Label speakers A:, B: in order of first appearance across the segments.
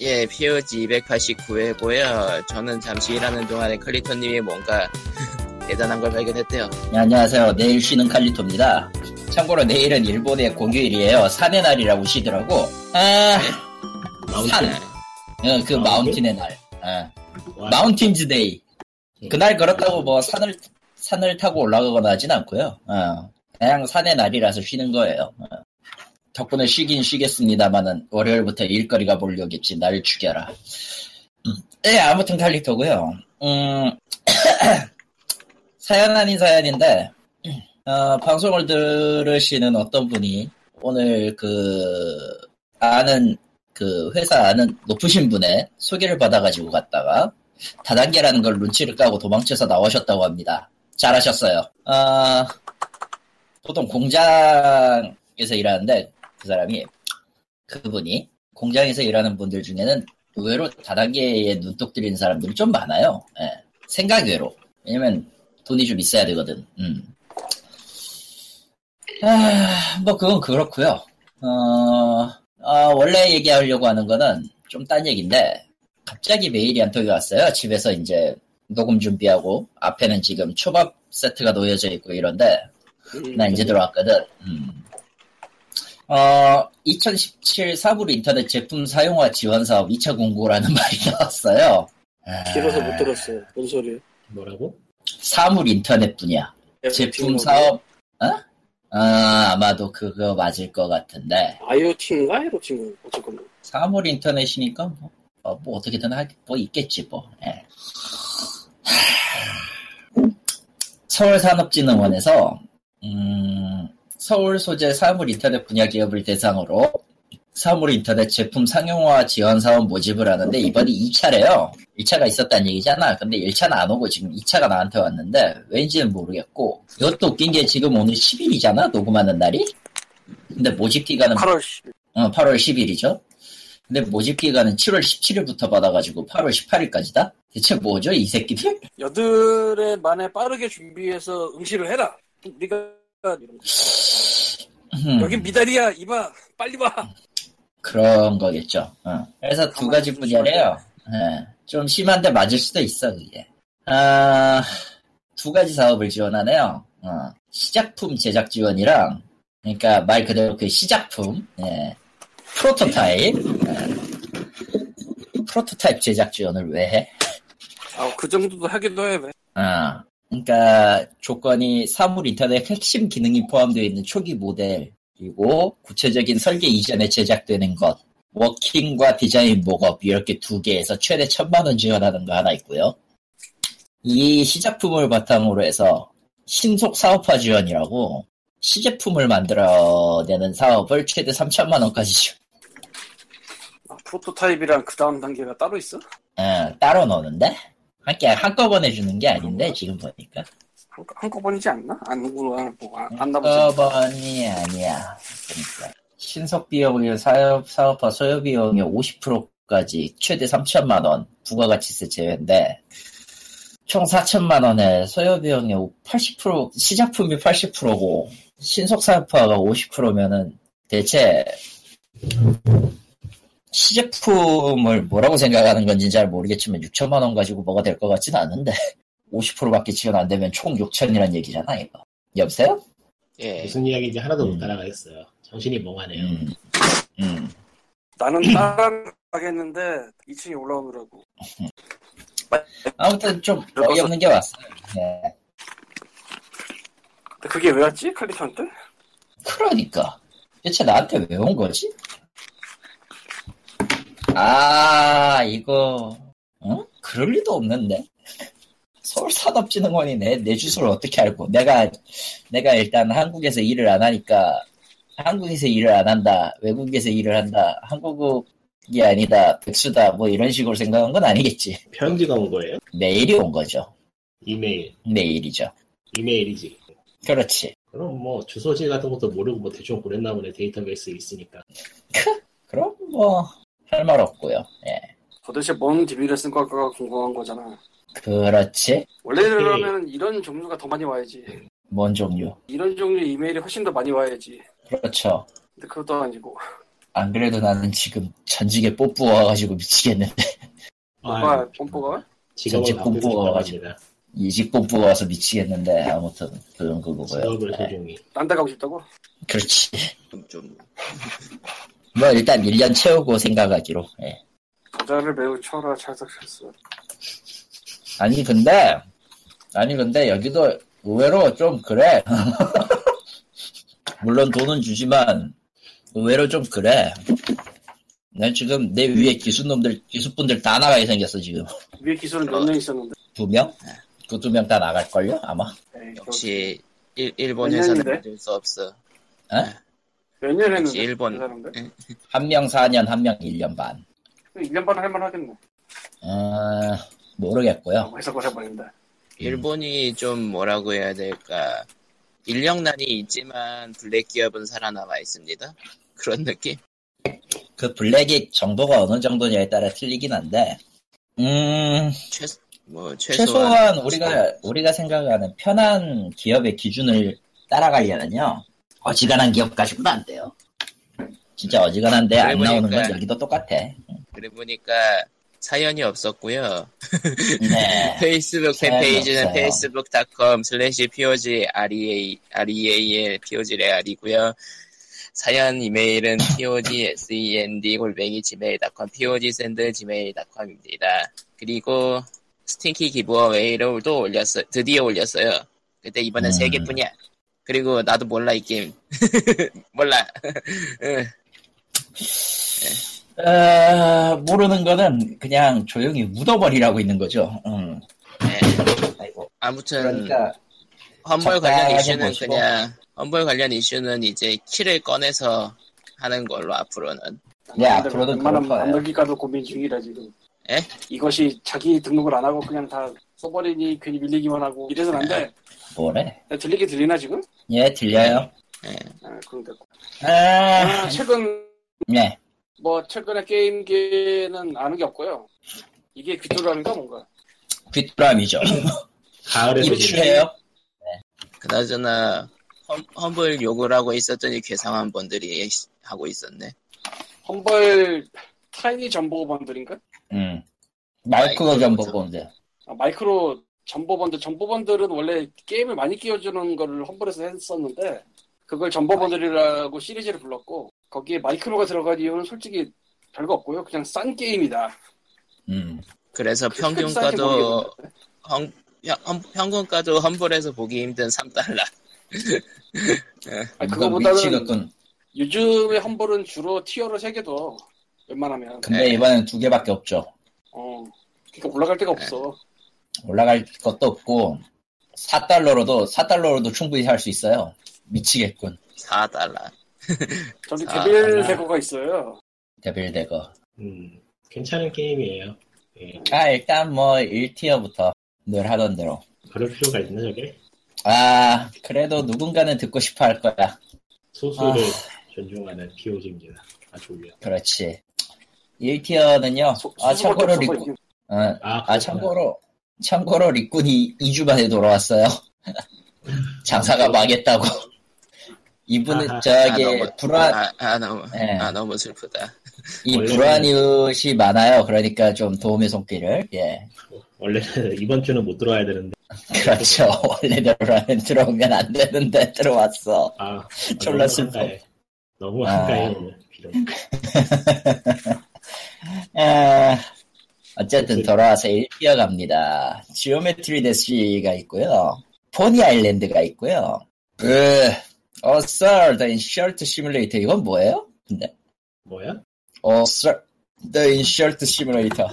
A: 예, POG 289회고요. 저는 잠시 일하는 동안에 클리토님이 뭔가 대단한 걸 발견했대요.
B: 네, 안녕하세요. 내일 쉬는 칼리토입니다. 참고로 내일은 일본의 공휴일이에요. 산의 날이라고 쉬더라고. 아,
C: 마운틴.
B: 산. 어, 그
C: 마운틴?
B: 마운틴의 날. 아,
C: 와, 예.
B: 마운틴즈 데이. 그날 그렇다고 뭐 산을, 산을 타고 올라가거나 하진 않고요. 어, 그냥 산의 날이라서 쉬는 거예요. 어. 덕분에 쉬긴 쉬겠습니다만은 월요일부터 일거리가 몰려겠지. 날 죽여라. 음, 예, 아무튼 칼리토고요. 음, 사연 아닌 사연인데 어, 방송을 들으시는 어떤 분이 오늘 그 아는 그 회사 아는 높으신 분의 소개를 받아가지고 갔다가 다단계라는 걸 눈치를 까고 도망쳐서 나오셨다고 합니다. 잘하셨어요. 아, 보통 공장에서 일하는데 그 사람이 그분이 공장에서 일하는 분들 중에는 의외로 다단계에 눈독 들이는 사람들이 좀 많아요. 예. 생각 외로. 왜냐면 돈이 좀 있어야 되거든. 음. 아, 뭐 그건 그렇고요. 어, 아, 원래 얘기하려고 하는 거는 좀 딴 얘기인데 갑자기 메일이 한 통이 왔어요. 집에서 이제 녹음 준비하고 앞에는 지금 초밥 세트가 놓여져 있고 이런데 나 이제 들어왔거든. 음. 어, 2017 사불 인터넷 제품 사용화 지원 사업 2차 공고라는 말이 나왔어요.
D: 음, 길어서 못 들었어요. 뭔 소리예요?
C: 뭐라고?
B: 사물 인터넷 분야.
D: 뭐
B: 제품 사업, 어? 아, 아마도 그거 맞을 것 같은데.
D: IoT인가 이렇게 어쨌건 뭐.
B: 음. 사물 인터넷이니까 뭐, 어, 뭐 어떻게든 하, 뭐 있겠지 뭐. 예. 서울산업진흥원에서 음, 서울 소재 사물 인터넷 분야 기업을 대상으로 사물 인터넷 제품 상용화 지원 사업 모집을 하는데 이번이 2차래요. 1차가 있었다는 얘기잖아. 근데 1차는 안 오고 지금 2차가 나한테 왔는데 왠지는 모르겠고 이것도 웃긴 게 지금 오늘 10일이잖아 녹음하는 날이. 근데 모집 기간은
D: 8월 10일.
B: 어, 8월 10일이죠. 근데 모집 기간은 7월 17일부터 받아가지고 8월 18일까지다? 대체 뭐죠, 이 새끼들?
D: 여들에 만에 빠르게 준비해서 응시를 해라. 우리가 이런 거.
B: 음,
D: 여긴 미달이야. 이봐. 빨리 와.
B: 그런 거겠죠. 어. 그래서 두 가지
D: 가만히
B: 분야래요. 예, 좀 심한데 맞을 수도 있어, 그게. 아, 두 가지 사업을 지원하네요. 어, 시작품 제작 지원이랑, 그러니까 말 그대로 그 시작품, 예, 프로토타입, 예. 프로토타입 제작 지원을 왜 해?
D: 아, 그 정도도 하기도 해. 왜?
B: 아, 그러니까 조건이 사물 인터넷 핵심 기능이 포함되어 있는 초기 모델이고 구체적인 설계 이전에 제작되는 것, 워킹과 디자인 목업 이렇게 두 개에서 최대 천만 원 지원하는 거 하나 있고요. 이 시작품을 바탕으로 해서 신속 사업화 지원이라고 시제품을 만들어내는 사업을 최대 3천만 원까지 지원.
D: 아, 프로토타입이랑 그 다음 단계가 따로 있어?
B: 어, 따로 넣는데 함께 한꺼번에 주는 게 아닌데 지금 보니까.
D: 한, 한꺼번이지 않나? 안 구나. 뭐, 안, 안 나보지.
B: 한꺼번이 어, 아니야. 그러니까 신속 비용을 사업 사업화 소요 비용의 50%까지 최대 3천만 원 부가가치세 제외인데 총 4천만 원에 소요 비용의 80% 시작품이 80%고 신속 사업화가 50%면은 대체 시제품을 뭐라고 생각하는 건지 잘 모르겠지만 6천만 원 가지고 뭐가 될 것 같지는 않은데 50%밖에 지원 안 되면 총 6천이란 얘기잖아 이거. 여보세요?
A: 예.
C: 무슨 이야기인지 하나도
B: 음.
C: 못 따라가겠어요. 정신이 멍하네요.
B: 음. 음.
D: 나는 따라가겠는데 2층에 올라오느라고.
B: 아무튼 좀 어이없는 게 왔어요. 예.
D: 근데 그게 왜 왔지? 칼리토한테?
B: 그러니까 대체 나한테 왜 온 거지? 아 이거 응? 그럴 리도 없는데 서울산업진흥원이 내, 내 주소를 어떻게 알고 내가 내가 일단 한국에서 일을 안 하니까 한국에서 일을 안 한다 외국에서 일을 한다 한국이 아니다 백수다 뭐 이런 식으로 생각한 건 아니겠지
C: 편지가 온 거예요?
B: 메일이 온 거죠
C: 이메일.
B: 메일이죠
C: 이메일이지.
B: 그렇지
C: 그럼 뭐 주소지 같은 것도 모르고 뭐 대충 보냈나 보네 데이터베이스 있으니까.
B: 그럼 뭐 할 말 없고요. 예,
D: 도대체 뭔 DB를 쓴 걸까가 궁금한 거잖아.
B: 그렇지.
A: 예.
D: 원래라면 이런 종류가 더 많이 와야지.
B: 뭔 종류?
D: 이런 종류의 이메일이 훨씬 더 많이 와야지.
B: 그렇죠.
D: 근데 그것도 아니고.
B: 안 그래도 나는 지금 전직에 뽀뽀 와가지고 미치겠는데
C: 아,
D: 오빠 뽐뽀가?
C: 직업을
B: 전직
C: 바꾸고
B: 꼼부가
C: 싶어
B: 와가지고.
C: 합니다.
B: 이직 뽀뽀 와서 미치겠는데 아무튼 그런 그거고요.
C: 직업을
B: 네,
C: 소중히.
D: 딴 데 가고 싶다고?
B: 그렇지.
A: 좀, 좀.
B: 뭐 일단 1년 채우고 생각하기로. 예.
D: 부자를 매우 쳐라 찰싹찰싹
B: 아니 근데 아니 근데 여기도 의외로 좀 그래. 물론 돈은 주지만 의외로 좀 그래. 난 지금 내 위에 기수놈들 기수분들 다 나가게 생겼어 지금
D: 위에 기술은
A: 어.
D: 몇 명 있었는데
B: 두 명?
A: 네.
B: 그 두 명 다 나갈 걸요 아마. 어?
D: 에이,
A: 역시 일, 일본
D: 몇
A: 회사는
D: 년인데?
A: 믿을 수 없어. 네.
D: 몇년
A: 역시
D: 했는데
A: 일본. 예.
D: 그 사람들? 그
B: 한 명 4년, 한 명 1년 반.
D: 1년 반 할만하겠네
B: 어, 모르겠고요.
D: 라고 해석을 해버린다
A: 일본이 좀 뭐라고 해야 될까. 인력난이 있지만 블랙 기업은 살아남아 있습니다. 그런 느낌?
B: 그 블랙이 정보가 어느 정도냐에 따라 틀리긴 한데, 음,
A: 최, 뭐, 최소한.
B: 최소한 우리가, 우리가 생각하는 편한 기업의 기준을 따라가려면요. 어지간한 기업 가지고는 안 돼요. 진짜 어지간한데 안
A: 그래
B: 나오는 건
A: 보니까.
B: 여기도 똑같아.
A: 그래 보니까 사연이 없었고요.
B: 네.
A: 페이스북 팬페이지는
B: 없어요.
A: facebook.com slash pog real, real, pog real이고요. 사연 이메일은 pog send E 골뱅이 gmail.com, pog send gmail.com입니다. 그리고 스팅키 기부어웨이를 또 올렸어, 드디어 올렸어요. 근데 이번엔
B: 음.
A: 세 3개뿐이야. 그리고 나도 몰라, 이 게임. 몰라. 응.
B: 어, 모르는 거는 그냥 조용히 묻어버리라고 있는 거죠. 음.
A: 네.
B: 아이고.
A: 아무튼.
B: 그러니까,
A: 험벌
B: 적당하게
A: 관련 이슈는
B: 보시고.
A: 그냥 험벌 관련 이슈는 이제 키를 꺼내서 하는 걸로 앞으로는
B: 네, 앞으로도 그럴
D: 웬만하면 안
B: 거예요.
D: 넘길까도 고민 중이라 지금
A: 에?
D: 이것이 자기 등록을 안 하고 그냥 다 써버리니 괜히 밀리기만 하고 이래선 안돼
A: 예.
B: 뭐래?
D: 들리게 들리나 지금?
B: 예, 들려요.
D: 아, 그럼 됐고
B: 아,
D: 아, 최근
B: 네.
D: 뭐 최근에 게임기는 아는 게 없고요 이게 귀뚜라미가 뭔가
B: 귀뚜라미죠.
D: 네,
C: 가을에
D: 그렇죠.
C: 소식.
B: 입출해요.
A: 그나저나 험, 험벌 욕을 하고 있었더니 괴상한 분들이 하고 있었네.
D: 험벌 타이니 전보번들인가?
B: 음. 마이크가 좀 보고 온대.
D: 아, 마이크로 전보번들, 전보번들은 원래 게임을 많이 끼워주는 거를 험블에서 했었는데, 그걸 전보번들이라고 시리즈를 불렀고, 거기에 마이크로가 들어간 이유는 솔직히 별거 없고요. 그냥 싼 게임이다.
B: 음.
A: 그래서
D: 그 싼지
A: 평균가도
D: 모르겠는데.
A: 험, 평- 험- 평균가도 험벌에서 보기 힘든 3달러.
D: 아니,
B: 이건
D: 그거보다는
B: 위치겠군.
D: 요즘의 험블은 주로 티어를 세개둬 웬만하면.
B: 근데
A: 네.
B: 이번엔 두 개밖에 없죠.
D: 어. 그러니까 올라갈
B: 네.
D: 데가 없어.
B: 올라갈 것도 없고 4달러로도 4달러로도 충분히 할 수 있어요. 미치겠군.
A: 4달러.
D: 저기
A: 아,
D: 데빌
B: 아.
D: 대거가 있어요.
B: 데빌데거.
C: 음, 괜찮은 게임이에요. 예,
B: 아, 일단 뭐 1티어부터 늘 하던 대로.
C: 그럴 필요가 있나 저게?
B: 아, 그래도 누군가는 듣고 싶어 할 거야.
C: 소수를
B: 아.
C: 존중하는 POG입니다. 아 졸려.
B: 그렇지. 1티어는요.
D: 소-
B: 아,
D: 소수밖에
B: 참고로
D: 없어서
B: 리꾸
D: 이게
B: 어,
C: 아,
B: 아
C: 그렇구나.
B: 참고로 참고로 리꾼이 2주 만에 돌아왔어요. 장사가 망했다고. 이분은
C: 아하.
A: 아
B: 저기
A: 너무
B: 불안
A: 아, 아, 너무
B: 예.
A: 아 너무 슬프다.
B: 이
C: 원래는-
B: 불안
A: 예.
B: 이웃이 많아요. 그러니까 좀 도움의 손길을 예
C: 원래는 이번 주는 못 들어와야 되는데.
A: 아,
B: 그렇죠. 원래대로라면 들어오면 안 되는데 들어왔어.
C: 아, 아,
B: 졸라
C: 너무
B: 슬퍼.
C: 한가해. 너무
B: 아.
C: 한가해 오늘 비록.
B: 아, 어쨌든 돌아와서 1티어 갑니다. 지오메트리 데시가 있고요. 포니 아일랜드가 있고요. 그 어썰 더 인셔트 시뮬레이터 이건 뭐예요? 근데
C: 뭐야?
B: 어썰 더 인셔트 시뮬레이터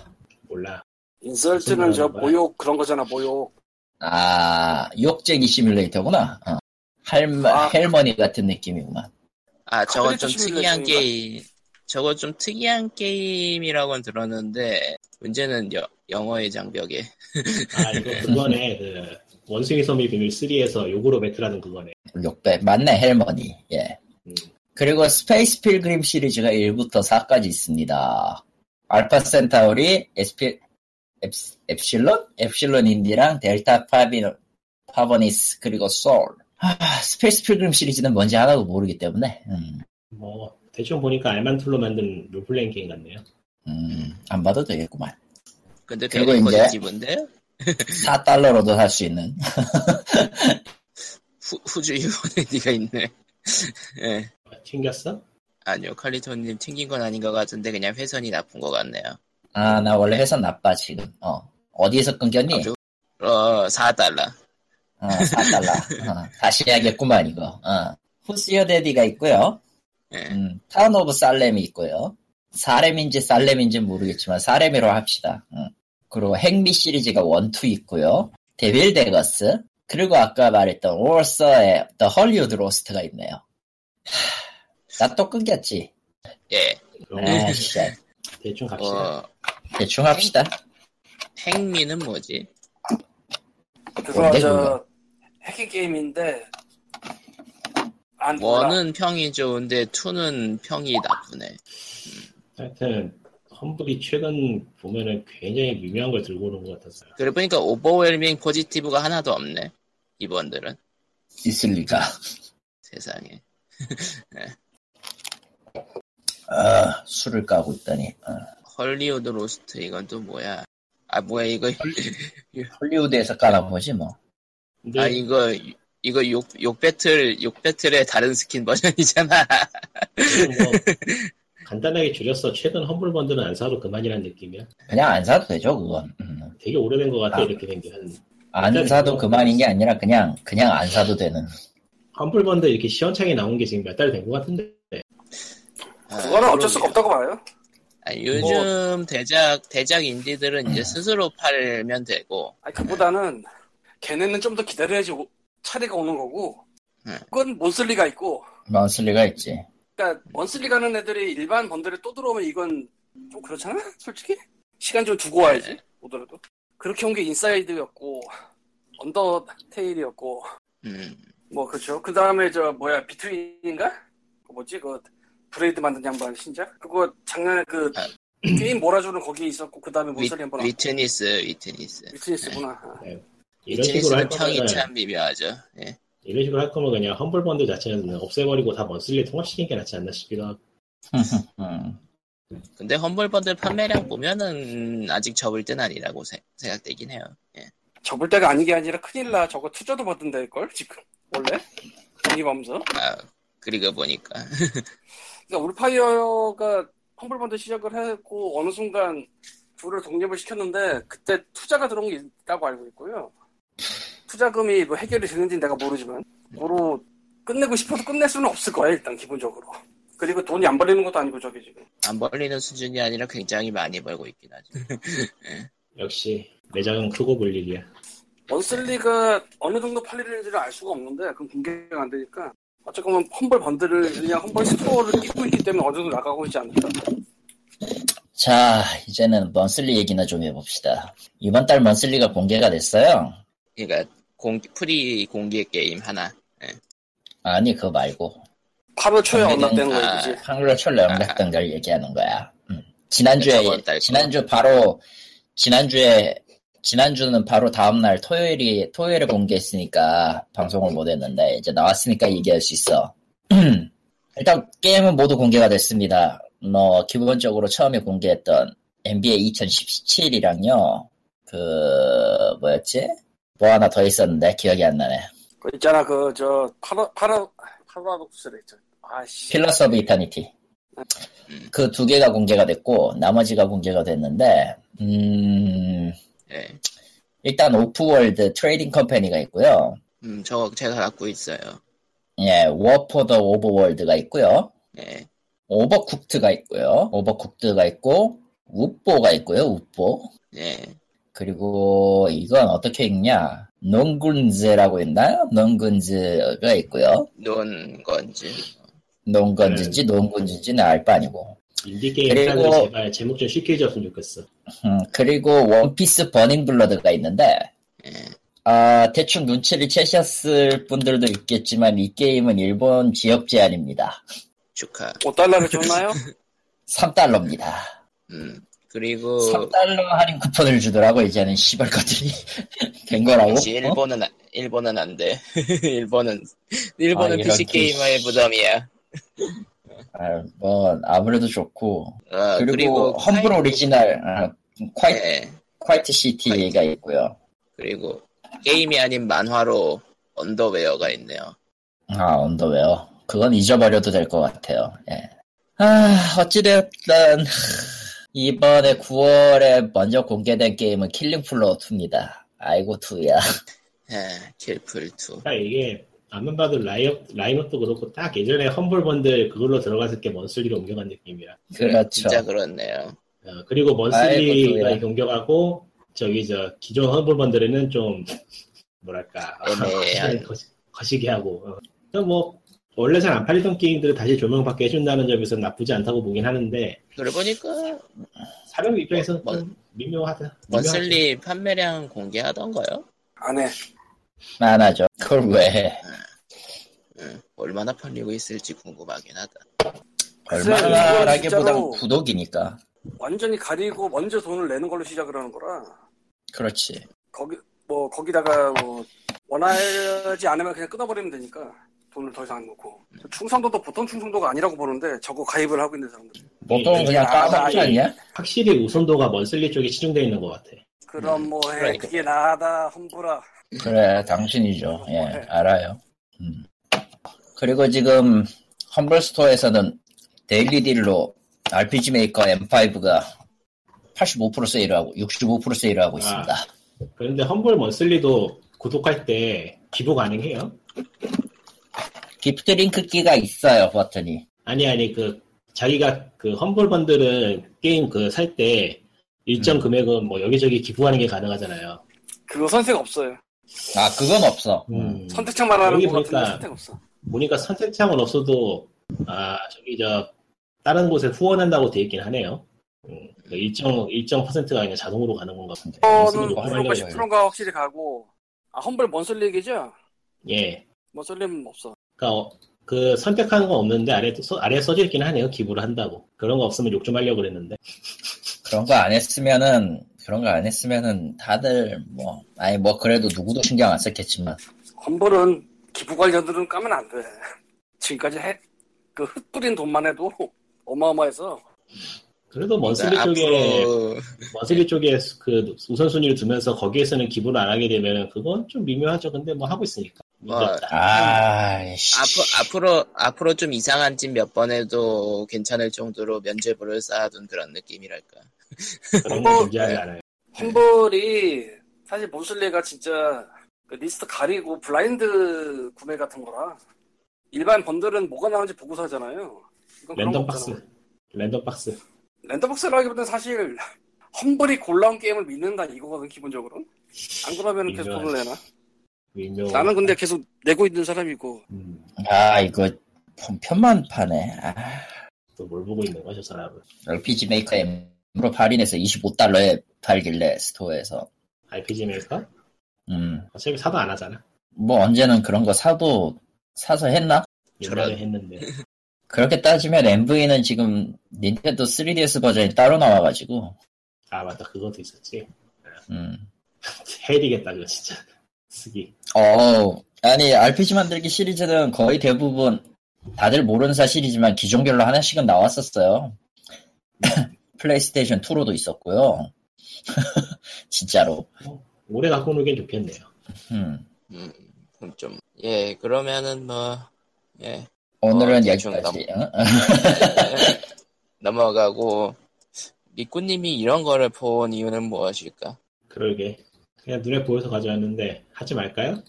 C: 몰라.
D: 인설트는 저
C: 뭐야?
D: 모욕 그런 거잖아, 모욕.
B: 아 욕쟁이 시뮬레이터구나. 어. 할머
D: 아.
B: 할머니 같은 느낌이구나.
A: 아 저건 좀
D: 카드리터
A: 특이한
D: 시뮬레이션인가?
A: 게임. 저거 좀 특이한 게임이라고는 들었는데 문제는 여, 영어의 장벽에.
C: 아 이거 그거네. 그 원숭이 섬이 비밀 3에서 욕으로 배틀하는 그거네.
B: 욕배 맞네 할머니. 예.
C: 음.
B: 그리고 스페이스 필그림 시리즈가 1부터 4까지 있습니다. 알파 센타우리, 에스피, 엡- 엡실론? 엡실론 인디랑 델타 파비, 파버니스, 그리고 솔. 아, 스페이스 필그림 시리즈는 뭔지 하나도 모르기 때문에. 음.
C: 뭐 대충 보니까 알만 툴로 만든 롤플레잉 게임 같네요.
B: 음, 안 봐도 되겠구만.
A: 근데
B: 그리고
A: 되게
B: 이제-
A: 포지티브인데
B: 4달러로도 살 수 있는.
A: 후, 후주 일본에 니가 있네. 예.
C: 아, 튕겼어?
A: 아니요, 칼리토님 튕긴 건 아닌 것 같은데 그냥 회선이 나쁜 것 같네요.
B: 아, 나 원래 회선 나빠, 지금. 어. 어디에서 끊겼니?
A: 아주- 어, 4달러.
B: 어, 4달러. 어, 다시 해야겠구만, 이거. 어. 후스요 데디가 있고요.
A: 예.
B: 음, 타운 오브 살렘이 있고요. 사렘인지 살렘인지는 모르겠지만 사렘이로 합시다. 음. 그리고 핵미 시리즈가 원투 있고요. 데빌 데거스 그리고 아까 말했던 월서의 더 헐리우드 로스트가 있네요. 나 또 끊겼지.
A: 예.
C: 그럼
B: 아, 진짜.
C: 대충 갑시다.
A: 어,
B: 대충 합시다.
A: 행미는 뭐지?
B: 뭔데,
D: 그래서 해킹 게임인데 안 몰라.
A: 원은 평이 좋은데 투는 평이 나쁘네.
C: 하여튼 험블이 최근 보면은 굉장히 미묘한 걸 들고 오는 것 같았어요.
A: 그러고 보니까 오버웰밍 포지티브가 하나도 없네. 이번들은
B: 있을 리가.
A: 세상에.
B: 아, 술을 까고 있더니. 어.
A: 헐리우드 로스트 이건 또 뭐야? 아 뭐야 이거
B: 헐리우드에서 까나 보지 뭐.
C: 근데
A: 아 이거 이거 욕, 욕 배틀 욕 배틀의 다른 스킨 버전이잖아.
C: 그냥 뭐 간단하게 줄였어. 최근 험블 번들은 안 사도 그만이라는 느낌이야.
B: 그냥 안 사도 되죠 그건. 음.
C: 되게 오래된 것 같아
B: 아.
C: 이렇게 된 게. 한
B: 안 사도 그만인 게 아니라 그냥 그냥 안 사도 되는.
C: 험블 번들 이렇게 시원찮게 나온 게 지금 몇 달 된 것 같은데.
A: 아,
D: 네, 그거는 어쩔 수가 없다고 봐요.
A: 아, 요즘 대작 대작 인디들은
D: 음.
A: 이제 스스로 팔면 되고
D: 아니, 그보다는 걔네는 좀 더 기다려야지 오- 차례가 오는 거고.
A: 네.
D: 그건 몬슬리가 있고.
B: 먼슬리가 있지.
D: 그러니까 몬슬리 가는 애들이 일반 번들에 또 들어오면 이건 좀 그렇잖아. 솔직히 시간 좀 두고 와야지 오더라도. 그렇게 온 게 인사이드였고 언더테일이었고
A: 음,
D: 뭐 그렇죠. 그 다음에 저 뭐야 비트윈인가? 그 뭐지 그 브레이드 만든 양반 신작? 그거 작년에 그
A: 아.
D: 게임 몰아주는 거기 있었고 그 다음에
A: 위,
D: 몬슬리 한번 왔고.
A: 위트니스 위트니스
D: 위트니스구나. 아.
C: 이런 식으로 할
A: 위트니스는
C: 거면
A: 평이 참 미묘하죠. 예.
C: 이런 식으로 할 거면 그냥 험블 번들 자체는 없애버리고 다 먼슬리 통합시키는 게 낫지 않나 싶기도 하고.
B: 음.
A: 근데 험벌번들 판매량 보면은 아직 접을 땐 아니라고 세- 생각되긴 해요. 예.
D: 접을 때가 아니게 아니라 큰일 나. 저거 투자도 받은다일걸, 지금. 원래? 독립하면서.
A: 아, 그리고 보니까
D: 그러니까 울파이어가 펌블번드 시작을 했고, 어느 순간 둘을 독립을 시켰는데, 그때 투자가 들어온 게 있다고 알고 있고요. 투자금이 뭐 해결이 되는지는 내가 모르지만, 뭐로 끝내고 싶어도 끝낼 수는 없을 거야, 일단, 기본적으로. 그리고 돈이 안 벌리는 것도 아니고, 저게 지금.
A: 안 벌리는 수준이 아니라 굉장히 많이 벌고 있긴 하죠.
C: 역시 매장은 크고 볼 일이야.
D: 원슬리가 어느 정도 팔리는지를 알 수가 없는데 그건 공개가 안 되니까 어쨌건 험벌 번들을 그냥 험벌 스토어를 끼고 있기 때문에 어느 정도 나가고 있지 않을까
B: 자, 이제는 먼슬리 얘기나 좀 해봅시다. 이번 달 먼슬리가 공개가 됐어요.
A: 그러니까 공- 프리 공개 게임 하나.
B: 아니, 그거 말고.
D: 8월 초에 언락되는
A: 아.
D: 거야 그지
B: 한글로 철로 연락된 걸 얘기하는 거야. 음. 지난주에,
A: 저번 달 거.
B: 지난주 바로, 지난주에, 지난주는 바로 다음날 토요일이, 토요일에 공개했으니까 방송을 못 했는데, 이제 나왔으니까 얘기할 수 있어. 일단 게임은 모두 공개가 됐습니다. 뭐, 기본적으로 처음에 공개했던 NBA 2017이랑요, 그, 뭐였지? 뭐 하나 더 있었는데, 기억이 안 나네.
D: 그 있잖아 그 저 파라 파라 파라독스래 있죠 아씨
B: 필러스 오브 이터니티 그 두 개가 공개가 됐고 나머지가 공개가 됐는데 음,
A: 예.
B: 일단 오프월드 트레이딩 컴퍼니가 있고요
A: 음, 저거 제가 갖고 있어요.
B: 예 워포 더 오버월드가 있고요
A: 예.
B: 오버쿡트가 있고요 오버쿡트가 있고 우보가 있고요 우보
A: 예.
B: 그리고 이건 어떻게 읽냐 농군즈라고 있나요? 농군즈가 있고요
A: 논 건지.
B: 농건즈인지 농군즈인지는 알 바 아니고
C: 인디 게임
B: 그리고-
C: 사람들 제발 제목 좀 쉽게 해줬으면 좋겠어.
B: 음, 그리고 원피스 버닝 블러드가 있는데
A: 예.
B: 아, 대충 눈치를 채셨을 분들도 있겠지만 이 게임은 일본 지역 제한입니다.
A: 축하.
D: 5달러를 줬나요?
B: 3달러입니다.
A: 음. 그리고
B: 3달러 할인 쿠폰을 주더라고 이제는 시발 것들이 된 거라고.
A: 역시
B: 어?
A: 일본은 안- 일본은 안 돼. 일본은 일본은
B: 아, 이런
A: PC
B: 게-
A: 게이머의 무덤이야.
B: 아, 뭐 아무래도 좋고
A: 어,
B: 그리고,
A: 그리고
B: 험블
A: 카이-
B: 오리지널 아, 콰이,
A: 예,
B: 콰이트 시티가 있고요.
A: 그리고 게임이 아닌 만화로 언더웨어가 있네요.
B: 아 언더웨어 그건 잊어버려도 될 것 같아요. 예. 아 어찌되었든 이번에 9월에 먼저 공개된 게임은 킬링 플로어 2입니다. 아이고 2야.
A: 예, 킬풀 2.
C: 그러니까 이게 안만 봐도 라이업, 라인업도 그렇고 딱 예전에 험블번들 그걸로 들어갔을 때 먼슬리로 옮겨간 느낌이야.
B: 그렇죠.
A: 진짜 그렇네요.
C: 어, 그리고
B: 아이고,
C: 먼슬리가
B: 좋아요.
C: 이렇게 옮겨가고 저기 저 기존 험블번들에는 좀 뭐랄까 어,
B: 네,
A: 애매한.
C: 거시, 거시기 하고 어. 그러니까 뭐 원래 잘 안 팔리던 게임들을 다시 조명받게 해준다는 점에서 나쁘지 않다고 보긴 하는데
A: 그러고 보니까
C: 사람 입장에서는
A: 먼-
C: 좀뭐 미묘하다. 미묘하죠.
A: 먼슬리 판매량 공개하던가요?
D: 안 해.
B: 안 하죠. 그걸 왜
D: 네,
B: 해?
A: 응, 얼마나 팔리고 있을지 궁금하긴 하다.
D: 글쎄요,
B: 얼마나라기보단
D: 진짜로.
B: 구독이니까.
D: 완전히 가리고 먼저 돈을 내는 걸로 시작을 하는 거라
B: 그렇지.
D: 거기 뭐 거기다가 뭐 원하지 않으면 그냥 끊어버리면 되니까 돈을 더 이상 안 넣고 충성도도 보통 충성도가 아니라고 보는데 저거 가입을 하고 있는 사람들
B: 보통 그냥
D: 아,
B: 까먹지
D: 아,
B: 않냐?
C: 확실히 우선도가 먼슬리 쪽에 치중되어 있는 것 같아.
D: 그럼 뭐해
A: 그러니까.
D: 그게 나다 험불아
B: 그래, 당신이죠. 예, 알아요. 음. 그리고 지금 험블 스토어에서는 데일리 딜로 RPG 메이커 M5가 85% 세일하고 65% 세일하고 있습니다.
C: 그런데 험블 먼슬리도 구독할 때 기부 가능해요?
B: 기프트 링크 키가 있어요, 버튼이.
C: 아니 아니 그 자기가 그 험블 번들은 게임 그 살 때 일정
B: 음.
C: 금액은 뭐 여기저기 기부하는 게 가능하잖아요.
D: 그거 선택 없어요
B: 아, 그건 없어.
C: 음.
A: 음.
D: 선택창만 하는
C: 여기
D: 거 같은데
C: 보니까
D: 선택 없어
C: 보니까 선택창은 없어도 아 저기 저 다른 곳에 후원한다고 돼 있긴 하네요. 음, 그 일정 일정 퍼센트가 그냥 자동으로 가는 건가
B: 음.
C: 본데.
D: 저는
C: 뭐
D: 9%가
C: 하려고 해요.
D: 10%가 확실히 가고 아 험불 먼슬릭이죠?
C: 예.
D: 먼슬릭은 없어
C: 그러니까 어, 그 선택하는 건 없는데 아래 써, 아래 써져 있긴 하네요. 기부를 한다고. 그런 거 없으면 욕 좀 하려고 그랬는데.
B: 그런 거 안 했으면은, 그런 거 안 했으면은 다들 뭐, 아니 뭐 그래도 누구도 신경 안 썼겠지만.
D: 험불은 기부 관련들은 까면 안돼 지금까지 해, 그 흩뿌린 돈만 해도 어마어마해서
C: 그래도 먼슬리
A: 그러니까
C: 쪽에
A: 앞으로 네.
C: 머슬리 쪽에 수- 그 우선순위를 두면서 거기에서는 기부를 안 하게 되면 그건 좀 미묘하죠. 근데 뭐 하고 있으니까.
A: 뭐,
C: 문제 없다.
B: 아이씨.
A: 앞으로 앞으로 앞으로 좀 이상한 짓 몇 번 해도 괜찮을 정도로 면죄부를 쌓아둔 그런 느낌이랄까. 네.
C: 그런
D: 뭐,
C: 건 존재하지 않아요.
D: 험불이 사실 몬슬레가 진짜 그 리스트 가리고 블라인드 구매 같은 거라 일반 번들은 뭐가 나오는지 보고서 하잖아요. 이건 그런
C: 랜덤
D: 거 없잖아.
C: 박스. 랜덤 박스.
D: 랜덤박스라기보다는 사실 험불이 골라온 게임을 믿는다 이거거든 기본적으로. 안 그러면 계속
C: 이거
D: 돈을 내나?
C: 미묘.
A: 그
D: 나는 근데 계속 내고 있는 사람이고
C: 음,
B: 아, 이거 본편만 파네. 아.
C: 또뭘 보고 있는 거야 저 사람은.
B: RPG 메이커 M으로 할인해서 25달러에 팔길래 스토어에서
C: RPG 메이커?
B: 음,
C: 어차피 사도 안 하잖아.
B: 뭐 언제는 그런 거 사도 사서 했나?
C: 옛날에
A: 저런.
C: 했는데.
B: 그렇게 따지면 MV는 지금 닌텐도 3DS 버전이 따로 나와가지고
C: 아 맞다 그것도 있었지.
B: 음.
C: 헤리겠다 그거 진짜. 쓰기.
B: 어 아니 RPG 만들기 시리즈는 거의 대부분 다들 모르는 사실이지만 기종별로 하나씩은 나왔었어요 플레이스테이션 2로도 있었고요 진짜로
C: 오래 갖고 놀기엔 좋겠네요.
B: 음.
A: 음, 그럼 좀, 예, 그러면은 뭐, 예,
B: 오늘은
A: 어, 대충
B: 여기까지 응?
A: 넘어가고, 리꾸님이 이런 거를 본 이유는 무엇일까?
C: 그러게. 그냥 눈에 보여서 가져왔는데 하지 말까요?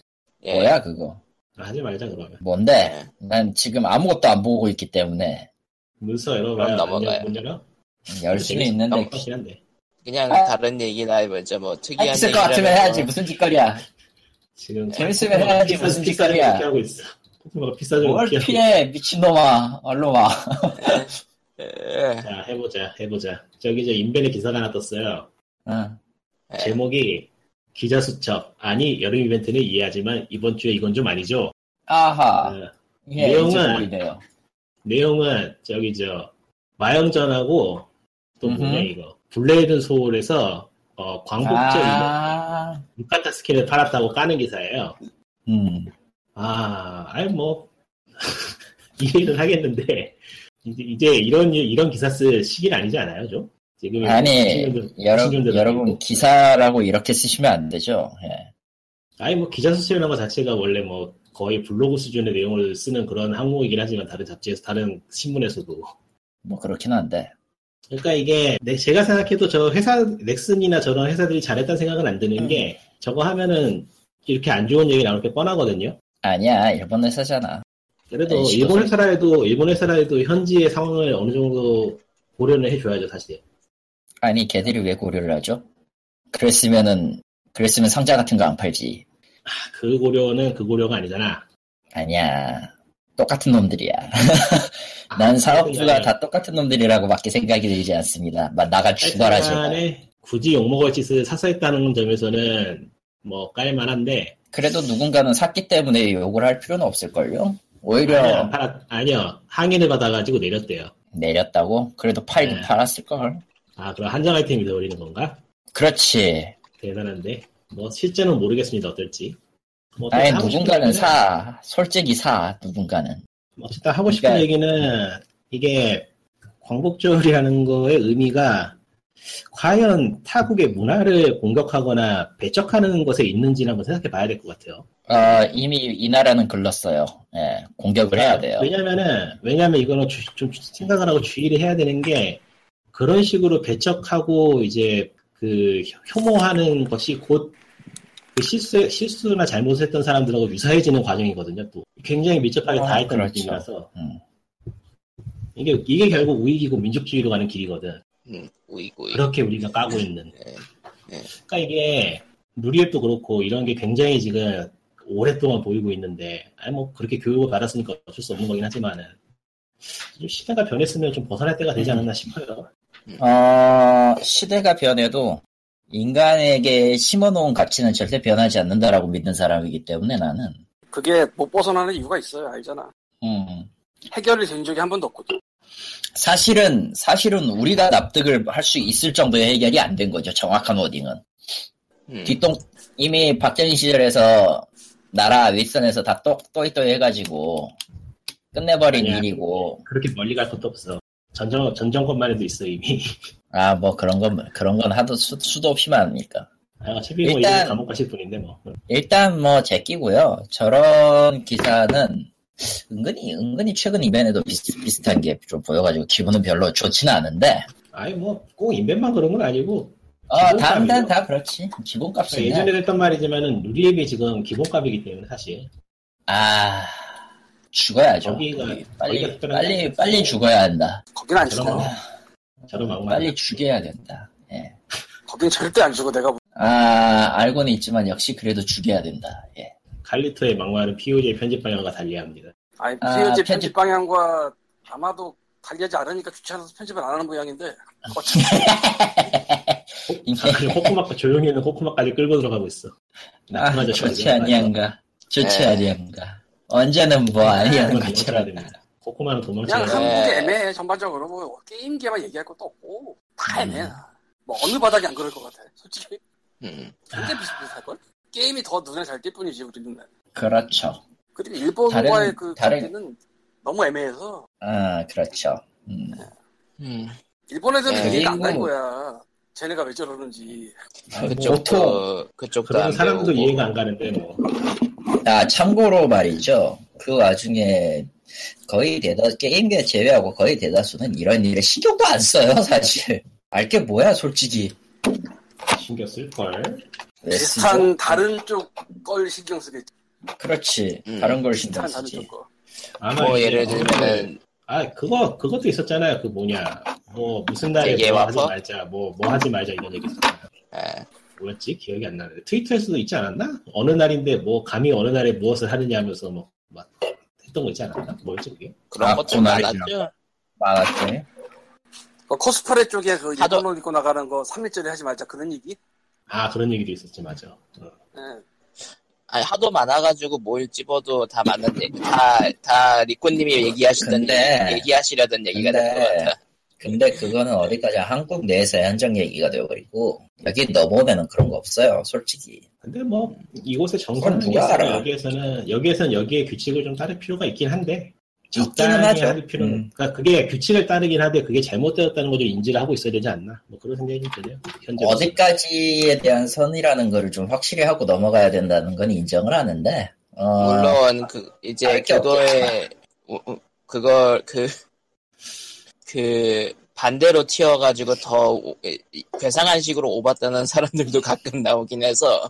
A: 예,
B: 뭐야 그거
C: 아, 하지 말자 그러면.
B: 뭔데
A: 예,
B: 난 지금 아무것도 안 보고 있기 때문에
C: 문서
A: 그럼
C: 열어봐요.
A: 넘어가요.
C: 문 열어?
B: 열심히 있는데
C: 까먹긴 한데.
A: 그냥
B: 아.
A: 다른 얘기나 해보죠. 뭐, 특이한
B: 재밌을 아, 것 같으면
A: 얘기라면서. 뭐.
B: 해야지 무슨 짓거리야
C: 지금
B: 재밌으면 네, 해야지,
C: 피사-
B: 무슨
C: 피사를
B: 짓거리야.
C: 이렇게 하고 있어. 뭐가 비싸죠?
B: 뭘 피해 미친놈아 얼른 와
A: 예,
C: 자 해보자 해보자. 저기 이제 인벤에 기사가 하나 떴어요.
B: 응.
A: 예.
C: 제목이 기자 수첩 아니 여름 이벤트는 이해하지만 이번 주에 이건 좀 아니죠.
B: 아하
C: 어,
B: 예,
C: 내용은-
B: 이제 보이네요
C: 내용은 저기 저 마영전하고 또 뭐냐
B: 음흠.
C: 이거 블레이드 소울에서 어, 광복절 아...
B: 아
C: 유카타 스킨을 팔았다고 까는 기사예요.
B: 음.
C: 아, 아니 뭐 이해는 하겠는데 이제, 이제 이런 이런 기사 쓸 시기는 아니지 않아요, 좀? 뭐 지금
B: 아니, 여러분, 여러분, 기사라고 이렇게 쓰시면 안 되죠. 예.
C: 아니 뭐 기자 수술이라는 것 자체가 원래 뭐 거의 블로그 수준의 내용을 쓰는 그런 항목이긴 하지만 다른 잡지에서 다른 신문에서도
B: 뭐, 그렇긴 한데.
C: 그러니까 이게 내- 제가 생각해도 저 회사 넥슨이나 저런 회사들이 잘했다는 생각은 안
B: 음.
C: 드는 게 저거 하면은 이렇게 안 좋은 얘기 나올 게 뻔하거든요.
B: 아니야, 일본 회사잖아.
C: 그래도
B: 에이,
C: 일본
B: 네, 시끄러워.
C: 회사라도 일본 회사라도 현지의 상황을 어느 정도 고려를 해줘야죠 사실.
B: 아니, 걔들이 왜 고려를 하죠? 그랬으면은, 그랬으면 상자 같은 거 안 팔지.
C: 아, 그 고려는 그 고려가 아니잖아.
B: 아니야. 똑같은 놈들이야.
C: 아, 그
B: 난 사업주가 다 똑같은 놈들이라고밖에 생각이 들지 않습니다. 막 나가 죽어라, 제발.
C: 에그 굳이 욕먹을 짓을 사서 했다는 점에서는 뭐 깔만한데
B: 그래도 누군가는 샀기 때문에 욕을 할 필요는 없을걸요? 오히려
C: 아니요 안 팔았 아니요 항의를 받아가지고 내렸대요.
B: 내렸다고? 그래도 팔고
C: 네.
B: 팔았을걸?
C: 아 그럼 한정 아이템이 되어버리는 건가? 네,
B: 그렇지.
C: 대단한데 뭐 실제는 모르겠습니다 어떨지. 뭐
B: 아예
C: 하고 싶은
B: 누군가는
C: 얘기는-
B: 사. 솔직히 사, 누군가는.
C: 어쨌든 뭐 하고 싶은
B: 그러니까-
C: 얘기는 이게 광복절이라는 거의 의미가 과연 타국의 문화를 공격하거나 배척하는 것에 있는지 한번 생각해 봐야 될 것 같아요.
B: 어, 이미 이 나라는 글렀어요. 예, 공격을 해야 돼요.
C: 왜냐면은, 왜냐면 이거는 주- 좀 생각을 하고 주의를 해야 되는 게 그런 식으로 배척하고 이제 그 혐오하는 것이 곧 그 실수, 실수나 잘못을 했던 사람들하고 유사해지는 과정이거든요, 또. 굉장히 밀접하게
B: 아,
C: 다 했던
B: 그렇죠.
C: 느낌이라서.
B: 음.
C: 이게, 이게 결국 우익이고 민족주의로 가는 길이거든.
A: 음, 우이구이.
C: 그렇게 우리가 까고 있는.
B: 예,
A: 네, 네.
C: 그러니까 이게 누리앱도 그렇고 이런 게 굉장히 지금 오랫동안 보이고 있는데, 아니 뭐 그렇게 교육을 받았으니까 어쩔 수 없는 거긴 하지만은 좀 시대가 변했으면 좀 벗어날 때가 되지 않았나 싶어요.
B: 어, 시대가 변해도 인간에게 심어놓은 가치는 절대 변하지 않는다라고 믿는 사람이기 때문에 나는.
D: 그게 못 벗어나는 이유가 있어요. 알잖아.
B: 음.
D: 해결이 된 적이 한 번도 없거든.
B: 사실은, 사실은 우리가 납득을 할 수 있을 정도의 해결이 안 된 거죠. 정확한 워딩은.
A: 음,
B: 뒷동 이미 박정희 시절에서 나라 윗선에서 다 또, 또이또이 해가지고 끝내버린
C: 아니야.
B: 일이고
C: 그렇게 멀리 갈 것도 없어. 전정 전정권만 해도 있어 이미.
B: 아 뭐 그런 건 그런 건 하도 수, 도 없이 많으니까
C: 아, 어차피 뭐
B: 일단-
C: 일단 감옥 가실 분인데 뭐.
B: 일단 뭐 제끼고요 저런 기사는 은근히 은근히 최근 이변에도 비슷, 비슷한 게 좀 보여가지고 기분은 별로 좋지는 않은데
C: 아니 뭐 꼭 인벤만 그런 건 아니고
B: 어
C: 기본값이죠.
B: 다음 단다 그렇지 기본값이
C: 그러니까 예전에 했던 말이지만은 누리앱이 지금 기본값이기 때문에 사실
B: 아 죽어야죠
C: 거기가-
B: 빨리
C: 거기가
B: 빨리 빨리 죽어야 한다
D: 거긴 안
C: 저런
D: 죽어.
C: 저런 막말.
B: 빨리 죽여야 된다 예.
D: 거긴 절대 안 죽어. 내가 뭐, 보-
B: 아, 알고는 있지만 역시 그래도 죽여야 된다. 예.
C: 네, 칼리토의 막말은 POJ 편집 방향과 달리야 합니다.
D: 아니
B: 아,
D: 피오지
B: 편집-
D: 편집 방향과 아마도 달리지 않으니까 귀찮아서 편집을 안 하는 모양인데. 어차피
C: 아, 그리고 코코마까 조용히 있는 코코마까지 끌고 들어가고 있어.
B: 아,
C: 나쁜 아저씨가
B: 좋지
C: 되는 거 아니야?
B: 아니한가. 좋지
A: 네.
B: 아니한가. 언제는 뭐 아니하는
C: 네, 그건
B: 것처럼.
C: 도망쳐야 됩니다. 코코마는
D: 그냥
B: 네.
C: 도망쳐야 돼.
A: 한-
D: 한국이 애매해 전반적으로 뭐 게임계만 얘기할 것도 없고 다
B: 음.
D: 애매해 뭐 어느 바닥이 안 그럴 것 같아 솔직히
A: 음,
B: 아.
D: 진짜 비슷비슷할걸? 게임이 더 눈에 잘 띌 뿐이지 우리는
B: 그렇죠.
D: 그리고 일본과의
B: 다른-
D: 그
B: 다른-
D: 관계는 너무 애매해서
B: 아, 그렇죠. 음.
A: 음.
D: 일본에서는
A: 네,
D: 이해가 안 갈
A: 일본-
D: 거야 쟤네가 왜 저러는지
A: 어, 그쪽도 그쪽도
C: 아, 뭐 그런
A: 안
C: 사람도
A: 배우고.
C: 이해가 안 가는데 뭐.
B: 아, 참고로 말이죠. 그 와중에 거의 대다 게임계 제외하고 거의 대다수는 이런 일에 신경도 안 써요, 사실. 알게 뭐야, 솔직히.
C: 신경 쓸걸.
B: 왜 쓰죠?
D: 비슷한 다른 쪽 걸 신경 쓰겠지
B: 그렇지.
A: 음,
B: 다른 걸 신경
D: 비슷한 다른
B: 쓰지.
D: 쪽거
C: 아마
A: 뭐
C: 이제
A: 예를
C: 그거를-
A: 들면은
C: 아 그거 그것도 있었잖아요. 그 뭐냐 뭐 무슨 날에
A: 대게
C: 뭐 하지
A: 와퍼?
C: 말자 뭐 뭐 하지 말자 이런 얘기 있었잖아요.
A: 아,
C: 뭐였지 기억이 안 나는데 트위터에서도 있지 않았나? 어느 날인데 뭐 감히 어느 날에 무엇을 하느냐 하면서 뭐 막 했던 거 있지 않았나? 뭐였지 그게?
A: 그런
B: 아,
A: 것도
B: 고난이죠.
A: 많았죠.
B: 많았지.
D: 코스프레 쪽에 그
A: 하도-
D: 일본 옷 입고 나가는 거 3일짜리 하지 말자 그런 얘기?
C: 아 그런 얘기도 있었지 맞아. 어.
D: 예.
A: 아니, 하도 많아가지고 뭘 집어도 다 맞는데 다다 리코님이 얘기하시던
B: 근데-
A: 얘기하시려던 얘기가 될 것
B: 근데,
A: 같아.
B: 근데 그거는 어디까지 한국 내에서의 한정 얘기가 되어버리고 여기 넘어오면은 그런 거 없어요 솔직히
C: 근데 뭐 이곳의
B: 그건
C: 정선이
B: 누가
C: 있어서
B: 알아.
C: 여기에서는 여기에서는 여기에 규칙을 좀 따를 필요가 있긴 한데
B: 있기는
C: 적당히
B: 하죠.
C: 할 필요는
B: 음.
C: 그러니까 그게 규칙을 따르긴 하되 그게 잘못되었다는 걸좀 인지를 하고 있어야 되지 않나 뭐 그런 생각이 좀 드네요
A: 뭐
C: 현재
B: 어디까지에 대한 선이라는 거를 좀 확실히 하고 넘어가야 된다는 건 인정을 하는데 어,
A: 물론 그 이제
B: 알게
A: 그거에 우- 우- 그걸 그 그 반대로 튀어가지고 더 오- 이- 이- 괴상한 식으로 오봤다는 사람들도 가끔 나오긴 해서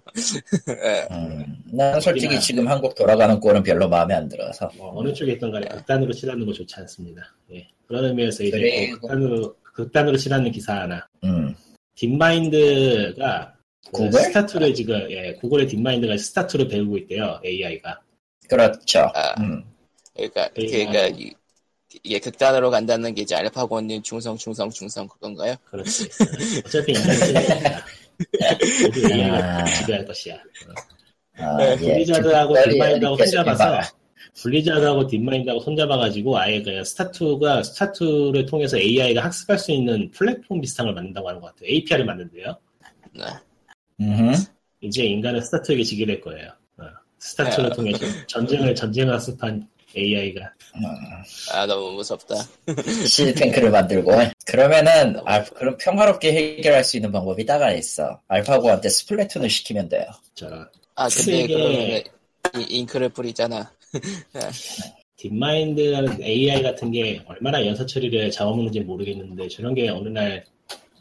B: 음, 난 솔직히
C: 어디나.
B: 지금 한국 돌아가는 꼴은 별로 마음에 안 들어서
C: 뭐 어느 쪽에 있던 간에 극단으로 치닫는 거 좋지 않습니다 예 그런 의미에서 이제
B: 그래,
C: 뭐 극단으로 극단으로 치닫는 기사 하나
B: 음,
C: 딥마인드가 그
B: 구글?
C: 스타트를 지금 예 구글의 딥마인드가 스타트를 배우고 있대요 AI가
B: 그렇죠.
A: 아.
B: 음,
A: 그러니까
C: 그러니까.
A: 그러니까 이, 이게 극단으로 간다는 게 이제 알파고님 충성 충성 충성 그건가요?
C: 그렇지 어차피 인간이 쓰니까 모두 AI가
B: 아.
C: 지배할 것이야 어,
B: 아,
A: 네,
B: 예,
C: 블리자드하고
B: 지금
C: 딥마인드하고
B: 머리에
C: 손잡아서
B: 느껴집니다.
C: 블리자드하고 딥마인드하고 손잡아가지고 아예 그냥 스타투가 스타투를 통해서 AI가 학습할 수 있는 플랫폼 비슷한 걸 만든다고 하는 것 같아요. API를 만든대요.
A: 네.
B: 음흠.
C: 이제 인간은 스타투에게 지게 될 거예요. 어. 스타투를
A: 야.
C: 통해서 전쟁을 전쟁 학습한 AI가
A: 아 너무 무섭다.
B: 실탱크를 만들고 그러면은 아, 그럼 평화롭게 해결할 수 있는 방법이 따가 있어 알파고한테 스플래툰을 시키면 돼요
C: 저
A: 아 근데
C: 이게-
A: 그러면 이, 잉크를 뿌리잖아.
C: 딥마인드라는 AI 같은 게 얼마나 연사 처리를 잡아먹는지 모르겠는데 저런 게 어느 날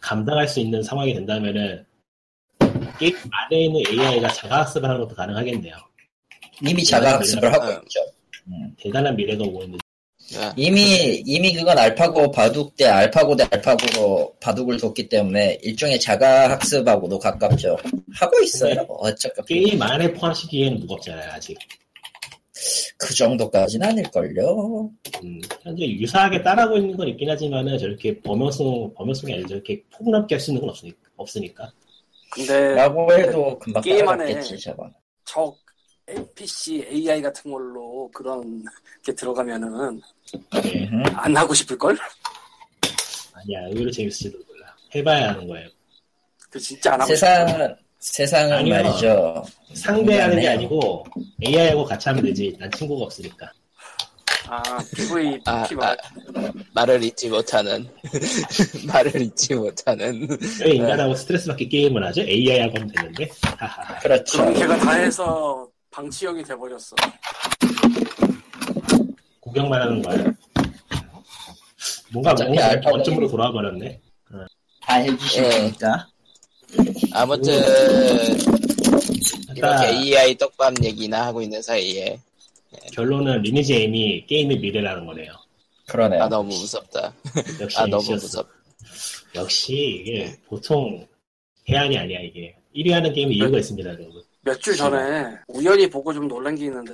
C: 감당할 수 있는 상황이 된다면은 게임 안에 있는 AI가 자가학습을 하는 것도 가능하겠네요.
B: 이미 자가학습을 하고 있죠
C: 대단한 미래가 오고 있는.
A: 아,
B: 이미 이미 그건 알파고 바둑 대 알파고 대 알파고로 바둑을 뒀기 때문에 일종의 자가학습하고도 가깝죠 하고 있어요 어차피
C: 게임 안에 포함시키기엔 무겁잖아요 아직
B: 그 정도까지는 아닐걸요
C: 음, 현재 유사하게 따라하고 있는 건 있긴 하지만은 저렇게 범용성 범용성이 아니라 저렇게 폭넓게 할 수 있는 건 없으니까 없으니까
D: 근데
B: 라고 해도 금방
D: 게임 안에-
B: 따라갔겠지 저건
D: 적 NPC AI 같은 걸로 그런 게 들어가면은
C: 네.
B: 음흠.
D: 안 하고 싶을 걸?
C: 아니야 의외로 재밌을지도 몰라 해봐야 하는 거예요
D: 그 진짜 안 하고 싶을 걸?
B: 세상 세상은
C: 아니요.
B: 말이죠
C: 상대하는 게
B: 그러네요.
C: 아니고 AI하고 같이 하면 되지 난 친구가 없으니까
D: 아 PV
A: 아,
D: PV
A: 아, 말을 잊지 못하는 말을 잊지 못하는
C: 왜 인간하고 스트레스 받게 게임을 하죠 AI하고 하면 되는데 하하
B: 그렇죠
D: 그런 걔가 다 해서 방치형이 돼버렸어.
C: 구경만 하는 거야 뭔가
B: 어차피
C: 뭔가
B: 알파고는-
C: 원점으로 돌아와 버렸네
B: 다 해주시니까
A: 아무튼
B: 아.
A: 이렇게
C: 일단
A: AI 떡밥 얘기나 하고 있는 사이에
C: 결론은 리니지 M이 게임의 미래라는 거네요
B: 그러네요
A: 아 너무 무섭다.
C: 역시
A: 아 너무
C: MC였어.
A: 무섭.
C: 역시 이게 보통 해안이 아니야 이게 1위 하는 게임이 이유가 있습니다 여러분
D: 몇 주 전에 우연히 보고 좀 놀란 게 있는데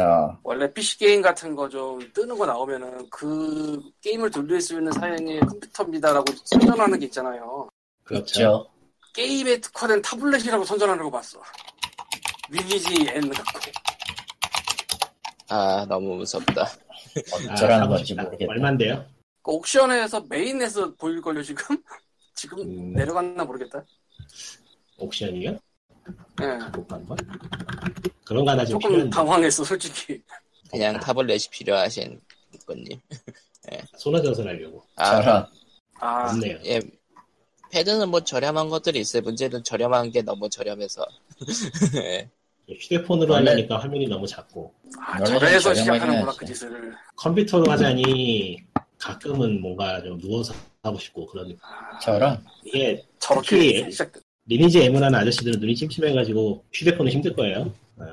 B: 어,
D: 원래 PC 게임 같은 거 좀 뜨는 거 나오면은 그 게임을 돌릴 수 있는 사양의 컴퓨터입니다라고 선전하는 게 있잖아요.
C: 그렇죠?
B: 있죠
D: 게임에 특화된 타블렛이라고 선전하는 거 봤어. 리니지 N 같고. 그
A: 아 너무 무섭다.
B: 어쩌라는 건지 모르겠네
C: 아, 얼만데요?
D: 그 옥션에서 메인에서 보일걸요 지금? 지금
C: 음.
D: 내려갔나 모르겠다.
C: 옥션이요?
D: 예.
B: 음,
C: 못 간걸? 그런 거 하나 좀
D: 조금
C: 필요한데
D: 당황했어 솔직히.
A: 그냥 타블렛이 필요하신 분님.
C: 소나전선 하려고
A: 아
B: 저런
D: 아
B: 음,
C: 없네요
A: 예. 패드는 뭐 저렴한 것들이 있어요. 문제는 저렴한 게 너무 저렴해서. 예.
C: 휴대폰으로
B: 원래-
C: 하려니까 화면이 너무 작고
D: 아,
B: 여러
D: 저래서
B: 가지
D: 시작하는구나
B: 저렴하긴
D: 그 짓을.
C: 컴퓨터로 하자니 가끔은 뭔가 좀 누워서 하고 싶고 그런
D: 아,
B: 저런
C: 이게
D: 저렇게
C: 특히-
D: 시작.
C: 리니지 M을 하는 아저씨들은 눈이 침침해가지고 휴대폰은 힘들 거예요 어.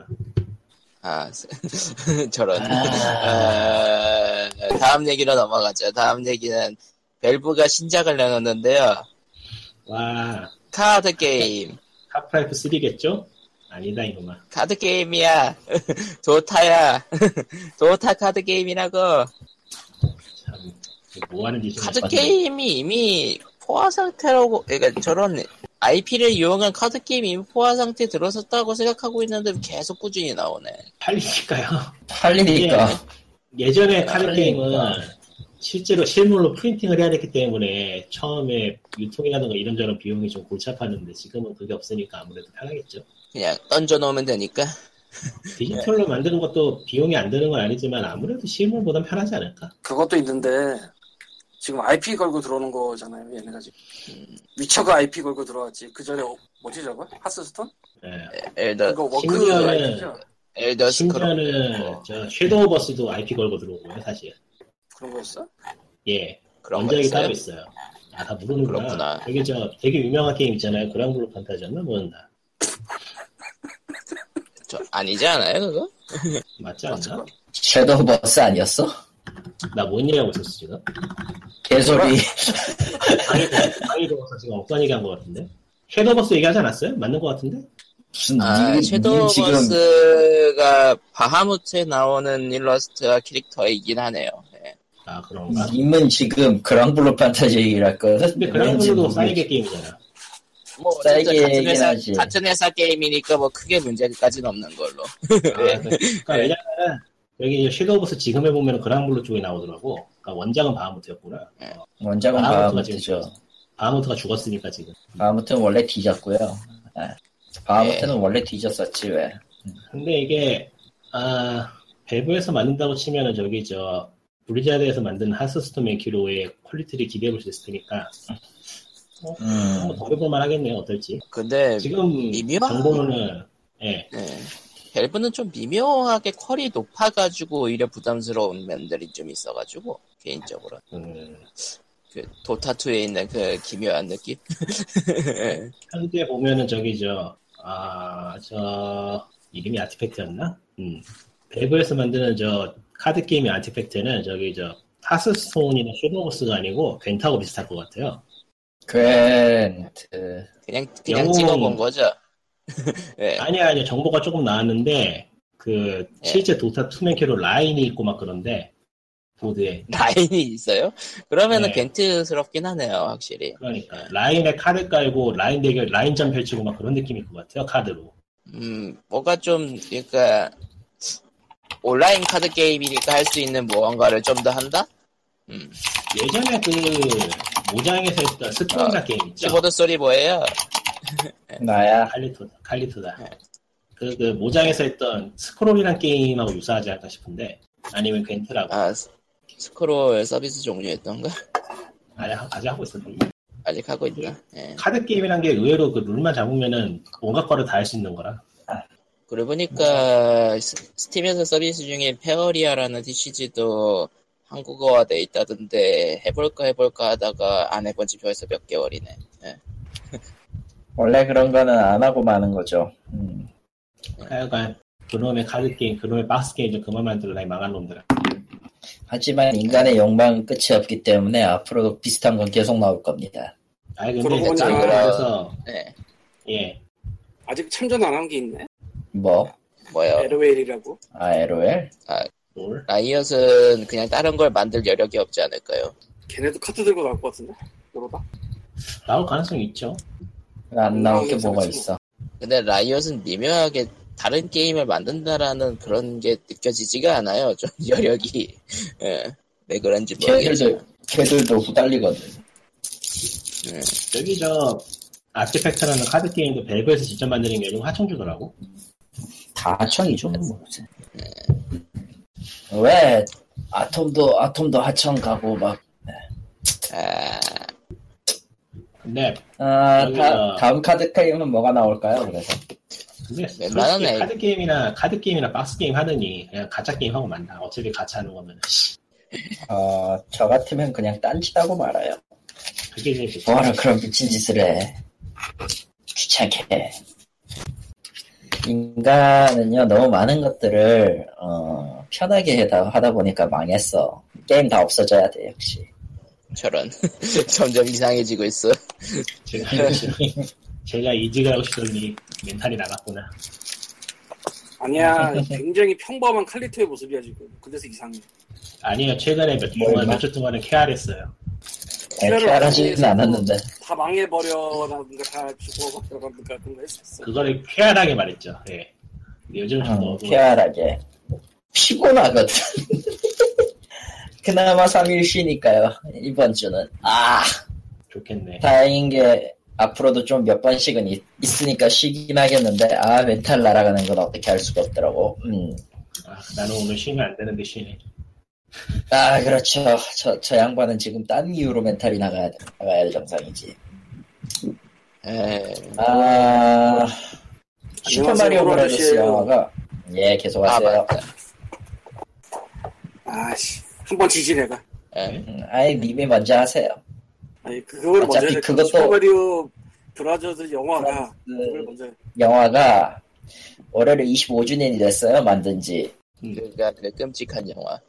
A: 아 저런.
B: 아,
A: 어, 다음 얘기로 넘어가죠. 다음 얘기는 벨브가 신작을 내놓는데요.
C: 와
A: 카드 게임.
C: 하프라이프 3겠죠? 아니다 이놈아
A: 카드 게임이야. 도타야. 도타 카드 게임이라고.
C: 참, 이게 뭐 하는 짓이야
A: 카드 게임이 이미 포화 상태라고, 그러니까 저런 IP를 이용한 카드 게임이 이미 포화 상태에 들어섰다고 생각하고 있는데 계속 꾸준히 나오네.
C: 팔리니까요 아, 예.
B: 팔리니까
C: 예전에 카드
B: 그러니까.
C: 게임은 실제로 실물로 프린팅을 해야 됐기 때문에 처음에 유통이라든가 이런저런 비용이 좀 골치 아팠는데 지금은 그게 없으니까 아무래도 편하겠죠.
A: 그냥 던져놓으면 되니까.
C: 디지털로
B: 네.
C: 만드는 것도 비용이 안 드는 건 아니지만 아무래도 실물보단 편하지 않을까?
D: 그것도 있는데 지금 IP 걸고 들어오는 거잖아요. 얘네가 지금
B: 음.
D: 위쳐가 IP 걸고 들어왔지. 그 전에 어, 뭐지 저거? 하스스톤?
C: 예.
A: 엘더
D: 이거 워크
C: 심지어는-
D: IP죠.
A: 엘더 스크롤 뭐
C: 심지어는 저 섀도우 버스도 IP 걸고 들어오고요, 사실.
D: 그런 거였어?
C: 예.
A: 그런 거
C: 원작이 따로
A: 있어요?
C: 있어요. 아, 다 모르는구나.
A: 그렇구나.
C: 되게 저 되게 유명한 게임 있잖아요. 그랑블루 판타지였나 뭐였나.
A: 저, 아니지 않아요 그거?
C: 맞지 않나?
D: 어쨌건.
B: 섀도우 버스 아니었어?
C: 나뭔 얘기하고 있었어 지금?
B: 개소리.
C: 아, 방이 더워서- 방이 더워서 지금 엉뚱한 얘기한 것 같은데? 섀도우 버스 얘기하지 않았어요? 맞는 것 같은데?
B: 무슨
A: 아
B: 님, 님 음, 지금
A: 섀도우버스가 바하무트에 나오는 일러스트와 캐릭터이긴 하네요 예.
C: 아 그런가?
B: 님은 지금 그랑블루 판타지랄 거는
C: 근데
B: 왠지
C: 그랑블루도
B: 모르겠-
C: 사이게 게임이잖아.
A: 뭐
B: 싸게
A: 어쨌든 같은
B: 얘기는
A: 회사
B: 하지.
A: 같은 회사 게임이니까 뭐 크게 문제까지는 없는 걸로
C: 아, 그러니까 왜냐면은 여기 이제 섀도우 버스 지금 해보면 그랑블루 쪽에 나오더라고. 그러니까 원작은 바하무트였구나.
B: 뭐 원작은
C: 바하무트가
B: 바하무트죠.
C: 지금 바하무트가 죽었으니까 지금.
B: 바하무트는 원래 뒤졌고요. 아, 바하무트는
C: 예.
B: 원래 뒤졌었지 왜?
C: 근데 이게 아 밸브에서 만든다고 치면은 저기 저 브리자드에서 만든 하스스톤 맨키로의 퀄리티를 기대해볼 수 있으니까
B: 음,
C: 한번 더 해볼만 하겠네요. 어떨지.
A: 근데
C: 지금
A: 미묘한-
C: 정보로는 예.
A: 네. 밸브는 좀 미묘하게 퀄이 높아가지고 오히려 부담스러운 면들이 좀 있어가지고 개인적으로
C: 음,
A: 그 도타2에 있는 그 기묘한 느낌
C: 현재 보면은 저기 아, 저아저 이름이 아티팩트였나? 음. 밸브에서 만드는 저 카드 게임의 아티팩트는 저기 저 하스스톤이나 섀도우버스가 아니고 벤타하고 비슷할 것 같아요.
B: 그랜트.
A: 그냥 그냥
C: 영웅.
A: 찍어본 거죠 예.
C: 아니야, 아니야. 정보가 조금 나왔는데, 그, 실제 도타 투맨캐로 라인이 있고 막 그런데, 보드에.
A: 라인이 있어요? 그러면은
C: 네.
A: 벤트스럽긴 하네요 확실히
C: 그러니까, 라인에 카드 깔고, 라인 대결, 라인전 펼치고 막 그런 느낌일 것 같아요, 카드로.
A: 음 뭐가 좀 그러니까 온라인 카드 게임이니까 할 수 있는 무언가를 좀 더 한다? 음
C: 예전에 그, 모장에서 했던 스프링가 게임 있죠?
A: 키보드 소리 뭐예요?
B: 나야.
C: 칼리토다, 칼리토다.
A: 네.
C: 그, 그, 모장에서 했던 스크롤이란 게임하고 유사하지 않을까 싶은데, 아니면 겐트라고.
A: 아 스- 스크롤 서비스 종료했던가?
C: 아니, 아직 하고 있었는데.
A: 아직 하고 있나? 예.
C: 카드 게임이란 게 의외로 그 룰만 잡으면은 온갖 거를 다 할 수 있는 거라.
A: 그러고 보니까 스- 스팀에서 서비스 중에 페어리아라는 DCG도 한국어화 돼 있다던데 해볼까 해볼까 하다가 안 해본 지 벌써 몇 개월이네.
B: 원래 그런 거는 안 하고 마는 거죠. 음.
C: 하여간 그러니까 그놈의 카드 게임, 그놈의 박스 게임 좀 그만 만들어라 이 망한 놈들아.
B: 하지만 인간의 욕망은 끝이 없기 때문에 앞으로도 비슷한 건 계속 나올 겁니다.
C: 아 근데
D: 그러고
A: 보니까-
C: 그래서
A: 네.
C: 예
D: 아직 참전 안 한 게 있네.
B: 뭐?
A: 뭐요?
D: LOL이라고.
B: 아, LOL?
C: 뭘?
A: 라이엇은 그냥 다른 걸 만들 여력이 없지 않을까요?
D: 걔네도 카트 들고 나올 것 같은데. 그러다.
C: 나올 가능성이 있죠.
B: 안 나올 게
D: 음,
B: 뭐가
D: 그렇지.
B: 있어.
A: 근데 라이엇은 미묘하게 다른 게임을 만든다라는 그런 게 느껴지지가 않아요. 좀 여력이 예. 왜 그런지 모르겠어요.
B: 걔들도, 걔들도 후달리거든.
C: 여기 저 아티팩트라는 카드 게임도 밸브에서 직접 만드는 게 좀 하청주더라고.
B: 다 하청이죠. 뭐. 왜 아톰도 아톰도 하청 가고 막
A: 아,
C: 근데
B: 아,
C: 여기가-
B: 다, 다음 카드 게임은 뭐가 나올까요? 그래서
C: 근데
A: 웬만하면
C: 솔직히
A: 에이.
C: 카드 게임이나 카드 게임이나 박스 게임 하느니 그냥 가짜 게임 하고 만다. 어차피 가짜 하는 거면
B: 어, 저 같으면 그냥 딴짓하고 말아요.
C: 그게 제일 좋죠.
B: 뭐하러 그런 미친 짓을 해? 귀찮게. 해. 인간은요 너무 많은 것들을 어, 편하게 하다, 하다 보니까 망했어. 게임 다 없어져야 돼 역시.
A: 저런 점점 이상해지고 있어.
C: 제가 제가 이직을 하고 싶더니 멘탈이 나갔구나.
D: 아니야. 굉장히 평범한 칼리토의 모습이야 지금. 그래서 이상해.
C: 아니에요. 최근에 몇 주
B: 뭐,
C: 동안
B: 임마.
C: 몇 주 동안은 케어했어요.
D: 특별히
B: 쾌활하지는
D: 어디에서
B: 않았는데
D: 다 망해버려라든가 다 죽어버려라든가 그런 거 했었어.
C: 그거를 쾌활하게 말했죠. 예. 근데 요즘 좀
B: 음,
C: 너무
B: 쾌활하게 피곤하거든. 그나마 3일 쉬니까요 이번 주는 아
C: 좋겠네.
B: 다행인 게 앞으로도 좀 몇 번씩은 있, 으니까 쉬긴 하겠는데 아 멘탈 날아가는 건 어떻게 할 수가 없더라고. 음.
C: 아, 나는 오늘 쉬면 안 되는데 쉬네.
B: 아 그렇죠. 저, 저 양반은 지금 딴 이유로 멘탈이 나가야 나가야 할 정상이지.
A: 에,
B: 아 슈퍼 마리오 브라더스
D: 안녕하세요.
B: 영화가 예
A: 아
B: 계속하세요.
A: 맞다.
D: 아씨 한 번 지지 내가
A: 에,
B: 음, 아예 님이 먼저 하세요.
D: 아니 그걸 먼저
B: 어차피
D: 해야 될
B: 그것도-
D: 슈퍼마리오 브라저즈 영화가
B: 그
D: 그걸 먼저 해.
B: 영화가 올해로 25주년이 됐어요 만든지.
A: 그가 그 끔찍한 영화.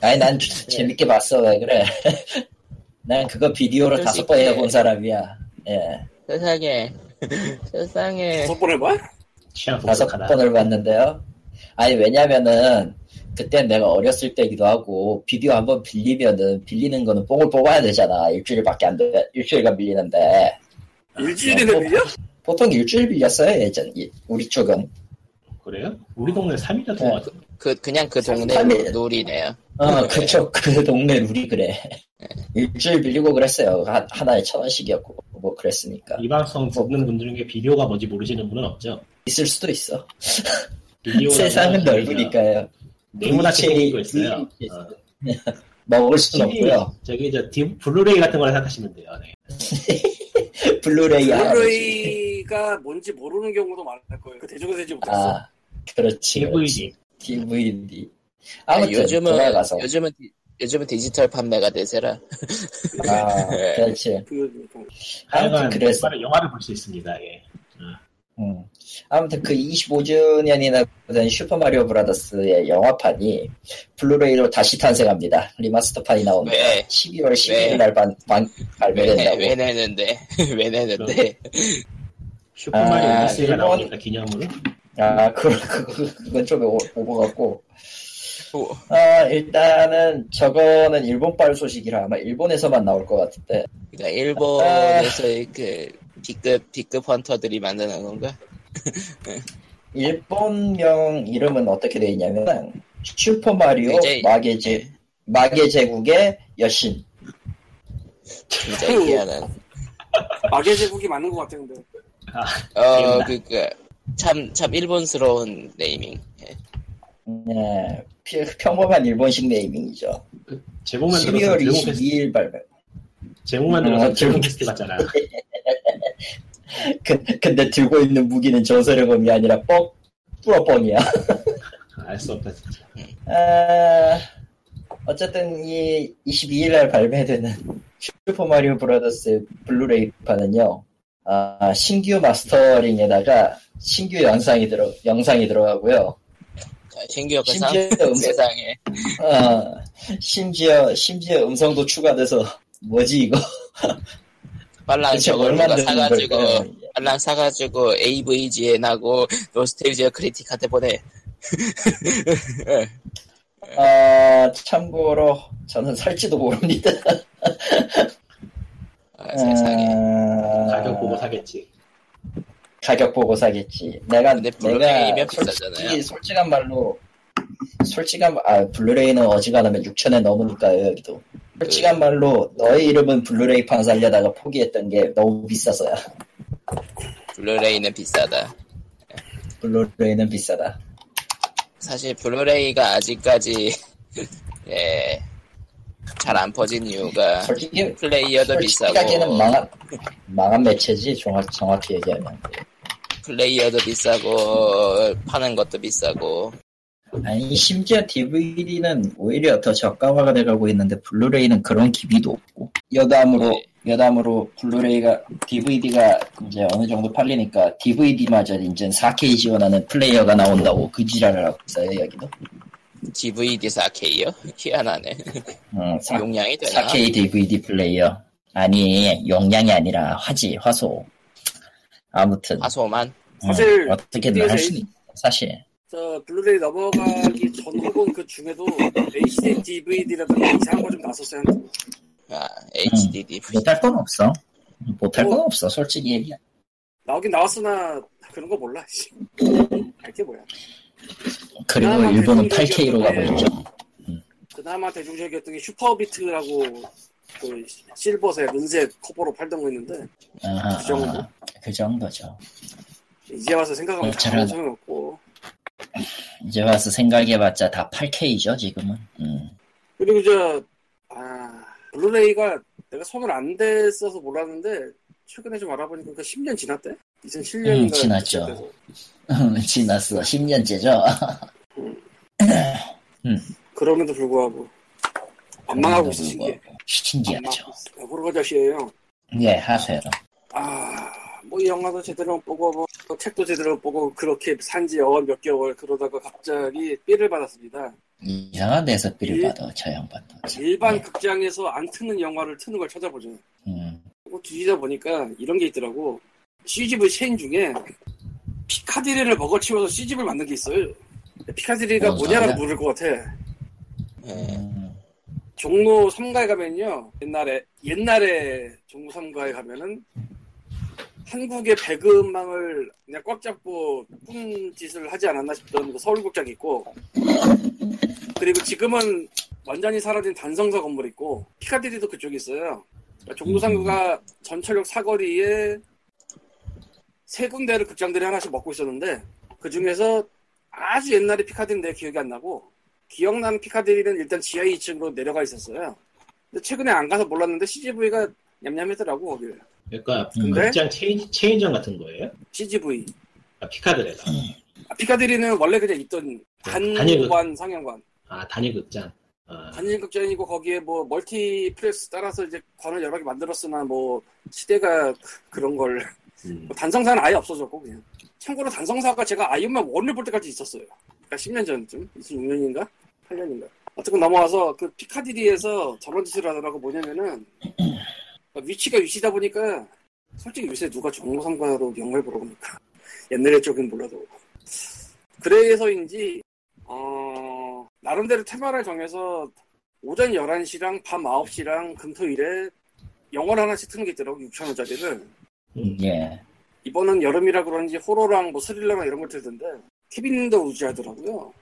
B: 아니 난 주- 재밌게 봤어 왜 그래? 난 그거 비디오로
A: 그럴 수
B: 다섯 번
A: 있지.
B: 해본 사람이야. 예.
A: 세상에, 세상에.
D: 다섯 번 해봐?
B: 네.
C: 취향
B: 다섯
C: 독특하다.
B: 번을 봤는데요. 아니 왜냐면은 그때 내가 어렸을 때기도 하고 비디오 한 번 빌리면은 빌리는 거는 뽕을 뽑아야 되잖아. 일주일밖에 안 돼. 일주일간 빌리는데
D: 일주일이나
B: 어,
D: 밀려?
B: 보통 일주일 빌렸어요 예전 이- 우리 쪽은.
C: 그래요? 우리 동네 3일이나 동안
A: 그 그냥 그 동네
B: 삼삼일.
A: 놀이네요.
B: 어 그쪽 그 동네 룰이 그래. 일주일 빌리고 그랬어요. 한, 하나에 천 원씩이었고 뭐 그랬으니까
C: 이 방송 듣는 분들 중에 비디오가 뭔지 모르시는 분은 없죠.
B: 있을 수도 있어.
C: 비디오라는
B: 세상은
C: 저희가
B: 넓으니까요.
C: 네모나게
B: VHS,
C: 생긴 거 있어요.
B: VHS.
C: 어,
B: 먹을 수는
C: TV,
B: 없고요.
C: 저기 저 디- 블루레이 같은 거라 생각하시면 돼요. 네.
B: 블루레이 하나
D: 블루레이가 뭔지 모르는 경우도 많을 거예요. 그 대중은 되지 못했어.
B: 아, 그렇지.
C: DVD.
B: DVD.
A: 아,
B: 아무튼
A: 요즘은
B: 돌아가서
A: 요즘은 디- 요즘은 디지털 판매가 대세라.
B: 아 그렇지.
D: 그, 그,
B: 아무튼
C: 다양한
B: 그래서
C: 영화를, 영화를 볼 수 있습니다. 예.
B: 음. 아무튼 그 25주년이나 된 슈퍼 마리오 브라더스의 영화판이 블루레이로 다시 탄생합니다. 리마스터판이 나옵니다.
A: 왜?
B: 12월 11일
A: 왜?
B: 날 반, 반,
A: 왜,
B: 발매된다고.
A: 왜 내는데? 왜 내는데?
C: 슈퍼마리오
B: 아,
C: 오디세이가
B: 일본-
C: 나오니까 기념으로.
B: 아 그, 그, 그건 좀 오- 오버 같고.
A: 오,
B: 아 일단은 저거는 일본발 소식이라 아마 일본에서만 나올 것 같은데.
A: 그러니까
B: 아.
A: 일본에서의 그 B급 B급 헌터들이 만드는 건가?
B: 일본명 이름은 어떻게 돼 있냐면 슈퍼 마리오
A: 굉장히-
B: 마계 제 마계 제국의 여신.
A: 굉장히 희한한.
D: 마계 제국이 맞는 것 같아 근데.
A: 어,
C: 기억나.
A: 그니까 참, 참 일본스러운 네이밍. 예.
B: 네, 피- 평범한 일본식 네이밍이죠.
C: 제목만 들어서
B: 12월
C: 드래곤 퀘스트,
B: 22일 발매.
C: 제목만 들어서
B: 어,
C: 드래곤
B: 제목-
C: 퀘스트 같잖아.
B: 그, 근데 들고 있는 무기는 전설의검이 아니라 뻑 뿌러뻥이야.
C: 알 수 없다 진짜.
B: 아, 어쨌든 이 22일날 발매되는 슈퍼 마리오 브라더스 블루레이판은요, 아, 신규 마스터링에다가 신규 영상이 들어 영상이 들어가고요.
A: 신기하게 상
B: 심지어 음성-
A: 세상에.
B: 아, 심지어 심지어 음성도 추가돼서 뭐지 이거?
A: 빨랑
B: 대체
A: 저걸 누가
B: 뭘 만드는
A: 사가지고
B: 걸까요? 예.
A: 빨랑 사가지고 AVGN하고 노스테이지어 크리틱한테 보내.
B: 아, 참고로 저는 살지도 모릅니다.
A: 아, 세상에.
B: 아,
C: 가격 보고 사겠지.
B: 가격 보고 사겠지. 내가
A: 근데
B: 내가
A: 블루레이면
B: 솔직히
A: 비싸잖아요.
B: 솔직한 말로 솔직한 말- 아 블루레이는 어지간하면 6천에 넘으니까요 여기도.
A: 네.
B: 솔직한 말로 너의 이름은 블루레이 판 살려다가 포기했던 게 너무 비싸서야.
A: 블루레이는 비싸다.
B: 블루레이는 비싸다.
A: 사실 블루레이가 아직까지 예, 잘 안 퍼진 이유가
B: 솔직히
A: 플레이어도 아. 비싸고
B: 솔직하게는 망한 망한 매체지 정확 정확히 얘기하면.
A: 플레이어도 비싸고 파는 것도 비싸고
B: 아니 심지어 DVD는 오히려 더 저가화가 돼가고 있는데 블루레이는 그런 기비도 없고 여담으로 여담으로 블루레이가 DVD가 이제 어느 정도 팔리니까 DVD마저 이제 4K 지원하는 플레이어가 나온다고 그 지랄을 하고 있어요 여기도
A: DVD 4K요? 희한하네.
B: 음, 4,
A: 용량이 되나?
B: 4K DVD 플레이어 아니 용량이 아니라 화질 화소 아무튼
A: 화소만
B: 음,
D: 사실
B: 어떻게든 할 수는 있 사실
D: 저 블루레이 넘어가기 전 혹은 그 중에도 HD DVD라든가 이상한 거 좀 나왔었어요.
B: 음.
A: 아, HD DVD
B: 못할 건 없어 못할 건
D: 어.
B: 없어 솔직히 얘기
D: 나오긴 나왔으나 그런 거 몰라. 알게 뭐야.
B: 그리고
D: 그나마
B: 일본은 8K로
D: 대중적이었던
B: 가버렸죠.
D: 그나마 대중적이었던 게 슈퍼비트라고 그 실버색, 은색 커버로 팔던 거 있는데
B: 아하,
D: 그 정도?
B: 아하. 그 정도죠.
D: 이제 와서 생각하면
B: 어,
D: 다
B: 잘하네.
D: 소용없고
B: 이제 와서 생각해봤자 다 8K죠 지금은. 음.
D: 그리고 저 아, 블루레이가 내가 손을 안 댔어서 몰랐는데 최근에 좀 알아보니까 그 10년 지났대? 2007년인가
B: 음, 지났죠. 지났어 10년째죠.
D: 그럼에도 불구하고 안 망하고 있어
B: 뭐,
D: 신기해 안
B: 신기하죠.
D: 망하고 있어. 호로가 자식이에요
B: 예 하세요.
D: 아뭐 이 영화도 제대로 못 보고 뭐, 또 책도 제대로 못 보고 그렇게 산지 어언 몇 개월 그러다가 갑자기 삐를 받았습니다
B: 이상한 데서 삐를
D: 일-
B: 받아 저 양반도.
D: 일반
B: 예.
D: 극장에서 안 트는 영화를 트는 걸 찾아보죠
B: 음.
D: 그거 뒤지다 보니까 이런 게 있더라고. CGV 체인 중에 피카디리를 먹어치워서 CGV를 만든 게 있어요. 피카디리가
B: 어,
D: 뭐냐라고
B: 맞아.
D: 물을 것 같아.
A: 예.
B: 음.
D: 종로 3가에 가면요. 옛날에, 옛날에 종로 3가에 가면은 한국의 배그음망을 그냥 꽉 잡고 뿜짓을 하지 않았나 싶던 그 서울극장이 있고 그리고 지금은 완전히 사라진 단성사 건물 있고 피카디리도 그쪽에 있어요. 그러니까 종로 3가가 전철역 사거리에 세 군데를 극장들이 하나씩 먹고 있었는데 그 중에서 아주 옛날에 피카디리인데 기억이 안 나고 기억나는 피카디리는 일단 지하 2층으로 내려가 있었어요. 근데 최근에 안 가서 몰랐는데 CGV가 냠냠했더라고 거기를.
C: 그러니까
B: 근데?
C: 극장 체인, 체인점 같은 거예요?
D: CGV.
C: 아, 피카드레가.
B: 음.
D: 아, 피카디리는 원래 그냥 있던
C: 네, 단일
D: 단일관 상영관,
C: 아, 단일 극장. 아,
D: 단일극장이고 거기에 뭐 멀티플렉스 따라서 이제 관을 여러 개 만들었으나 뭐 시대가 그런 걸
C: 음.
D: 뭐 단성사는 아예 없어졌고 그냥. 참고로 단성사가 제가 아이언맨 1을 볼 때까지 있었어요. 그러니까 10년 전쯤, 26년인가, 8년인가. 어쨌건 넘어와서 그 피카디리에서 저런 짓을 하더라고 뭐냐면은 위치가 위치다 보니까 솔직히 요새 누가 정로상가로 영화를 보러 오니까 옛날에 쪽은 몰라도 그래서인지 어, 나름대로 테마를 정해서 오전 11시랑 밤 9시랑 금토일에 영화를 하나씩 트는 게 있더라고 6,000원짜리를
B: 예.
D: 이번은 여름이라 그런지 호러랑 뭐 스릴러랑 이런 걸 틀던데 케빈도 우지하더라고요.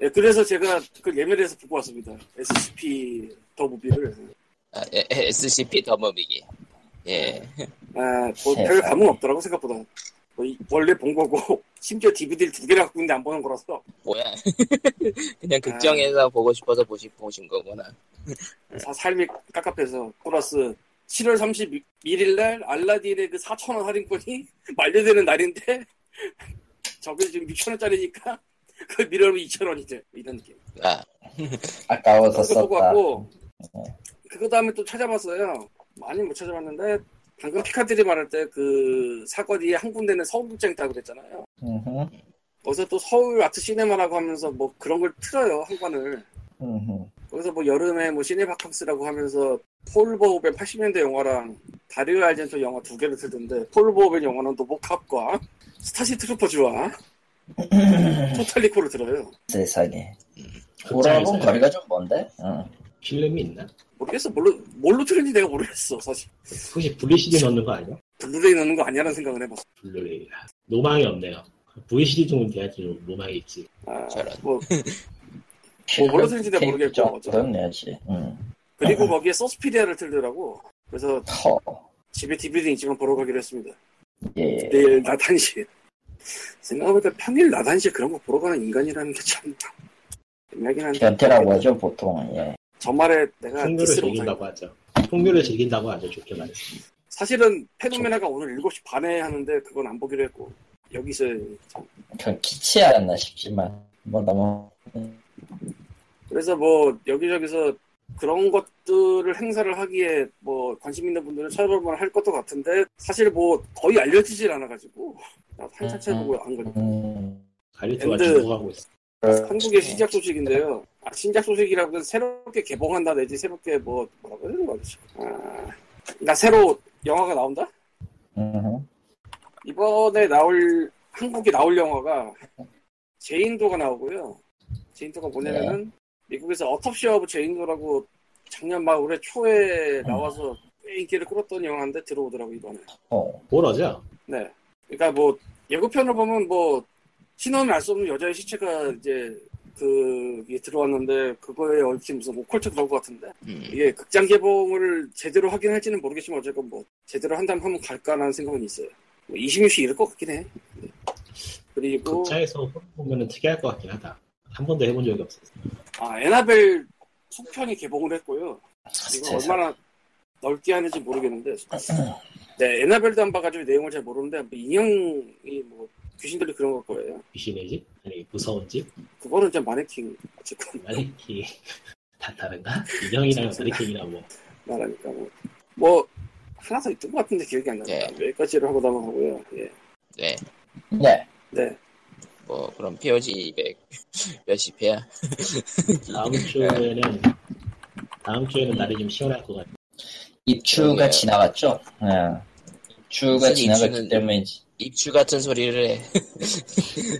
D: 예, 그래서 제가 그걸 예매를 해서 보고 왔습니다. SCP 더 무비를.
A: 아, 에- 에- SCP 더머비기. 예.
D: 아, 뭐, 별 감흥 없더라고 생각보다. 뭐 이- 원래 본 거고 심지어 DVD를 두 개를 갖고 있는데 안 보는 거라서
A: 뭐야. 그냥
D: 아.
A: 극장에서 보고 싶어서 보시, 보신 거구나.
D: 다 삶이 깝깝해서 플러스 7월 31일 날 알라딘의 그 4천 원 할인권이 만료되는 날인데 저게 지금 6천 원짜리니까 그 미러면 2천 원이죠 이런 느낌.
A: 아,
B: 아까워서
D: 그것도 보고
B: 썼다.
D: 왔고
B: 네.
D: 그 다음에 또 찾아봤어요 많이 못 찾아봤는데 방금 피카들이 말할 때 그 사거리에 한 군데는 서울극장 있다고 그랬잖아요
B: 음흠,
D: 거기서 또 서울 아트 시네마라고 하면서 뭐 그런 걸 틀어요 한 관을
B: 음흠.
D: 거기서 뭐 여름에 뭐 시네 바캉스라고 하면서 폴 버호벤 80년대 영화랑 다리오 알젠토 영화 두 개를 틀던데 폴 버호벤 영화는 노보캅과 스타시 트루퍼즈와 토탈리코를 들어요
B: 세상에.
C: 극장에서요?
B: 호러는 거리가 좀 먼데? 어. 응.
C: 필름이 있나?
D: 모르겠어 뭘로, 뭘로 틀는지 내가 모르겠어 사실
C: 혹시 VCD 넣는 거 아니야?
D: 블루레이 넣는 거 아니라는 생각을 해봤어
C: 블루레이가. 아, 노망이 없네요. VCD 정도 돼야지 노망이 있지.
D: 아,
A: 저런.
D: 뭐, 뭘로 틀는지는
B: 테이프
D: 뭐 모르겠고,
B: 정도는
D: 어쨌든.
B: 내야지. 음. 응.
D: 그리고 거기에 서스피디아를 틀더라고. 그래서
B: 허.
D: 집에 DVD 있지만 보러 가기로 했습니다.
B: 예.
D: 내일 낮 1시에. 생각해보니까 평일 낮 1시에 그런 거 보러 가는 인간이라는 게 참 애매하긴 한데.
B: 변태라고 하죠 보통. 예.
D: 저말에 내가
C: 풍류를
D: 아, 디스를 못하고.
C: 즐긴다고 하죠. 풍류를 즐긴다고 하죠. 좋게 말해서.
D: 사실은 페노메나가 오늘 7시 반에 하는데 그건 안 보기로 했고. 여기서 참.
B: 그냥 기치 않았나 싶지만 뭐 너무
D: 그래서 뭐 여기저기서 그런 것들을 행사를 하기에 뭐 관심 있는 분들은 찾아볼만 할 것도 같은데 사실 뭐 거의 알려지질 않아가지고 나 한참 찾아보고 한 거죠.
B: 음,
C: 가리토가
D: 엔드.
C: 주목하고 있어.
A: 네.
D: 한국의 신작 소식인데요. 아, 신작 소식이라고는 새롭게 개봉한다 내지 새롭게 뭐 뭐라고 해야 되는 거지? 아, 나 새로 영화가 나온다?
B: 음,
D: 이번에 나올 한국에 나올 영화가 제인도가 나오고요. 제인도가 뭐냐면은 미국에서 어텁시 오브 제인도라고 작년 말 올해 초에 나와서 꽤 인기를 끌었던 영화인데 들어오더라고 이번에.
B: 어,
C: 보러죠?
D: 네. 그러니까 뭐 예고편을 보면 뭐 신원을 알 수 없는 여자의 시체가 이제 그 이게 들어왔는데 그거에 얽힌 무슨 오컬트 그런 것 같은데
A: 음,
D: 이게 극장 개봉을 제대로 하긴 할지는 모르겠지만 어쨌건 뭐 제대로 한다면 한번 갈까라는 생각은 있어요. 뭐 26시 이럴 것 같긴 해. 그리고
C: 극장에서 보면은 특이할 것 같긴 하다. 한 번도 해본 적이 없어서.
D: 아 에나벨 속편이 개봉을 했고요. 이거
B: 세상.
D: 얼마나 넓게 하는지 모르겠는데 네 에나벨도 안 봐가지고 내용을 잘 모르는데 뭐 인형이 뭐 귀신들이 그런 걸 거예요.
C: 귀신의 집? 아니, 무서운 집?
D: 그거는 이제 마네킹 어쨌건
C: 마네킹. 다 다른가? 인형이랑 마네킹이랑 뭐.
D: 말하니까 뭐, 뭐 하나 더 있던 것 같은데 기억이 안
A: 예.
D: 납니다. 여기까지를 하고 넘어가고요. 예.
A: 네,
B: 네.
D: 네.
A: 뭐 그럼 POG 200 몇십 회야?
C: 다음
A: 네.
C: 주에는, 다음 주에는 날이 좀 시원할 것 같아.
B: 입추가
A: 그러게요.
B: 지나갔죠. 네. 입추가
A: 무슨
B: 지나갔기
A: 입추는-
B: 때문에
A: 입추 같은 소리를 해.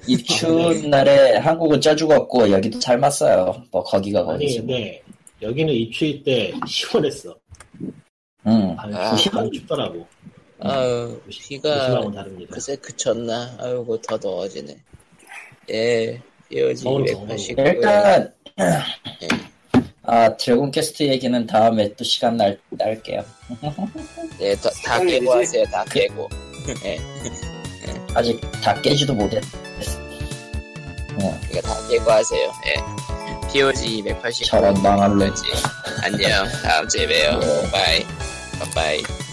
B: 이 추운 날에 한국은 쪄 죽었고 여기도 삶았어요. 뭐 거기가
C: 아니, 네.
B: 거기지. 뭐.
C: 근데 여기는 입추일 때 시원했어.
B: 음.
C: 밤
A: 아.
C: 밤 춥더라고. 음,
A: 아우 비가
C: 도심하고 다릅니다.
A: 그새 그쳤나? 아이고 더 더워지네. 예, POG
C: 더운
A: 289.
B: 일단
A: 예.
B: 아 드래곤 캐스트 얘기는 다음에 또 시간 날 날게요.
A: 네, 다, 다
D: 세상에
A: 깨고
D: 이제-
A: 하세요. 다 깨고. 예,
B: 아직 다 깨지도 못했.
A: 그러니까 다 깨고 하세요. 예. POG 289.
B: 저런 망할 놈.
C: 네.
A: 안녕. 다음 주에 봬요.
B: 예.
A: 바이. 바이.
C: 아.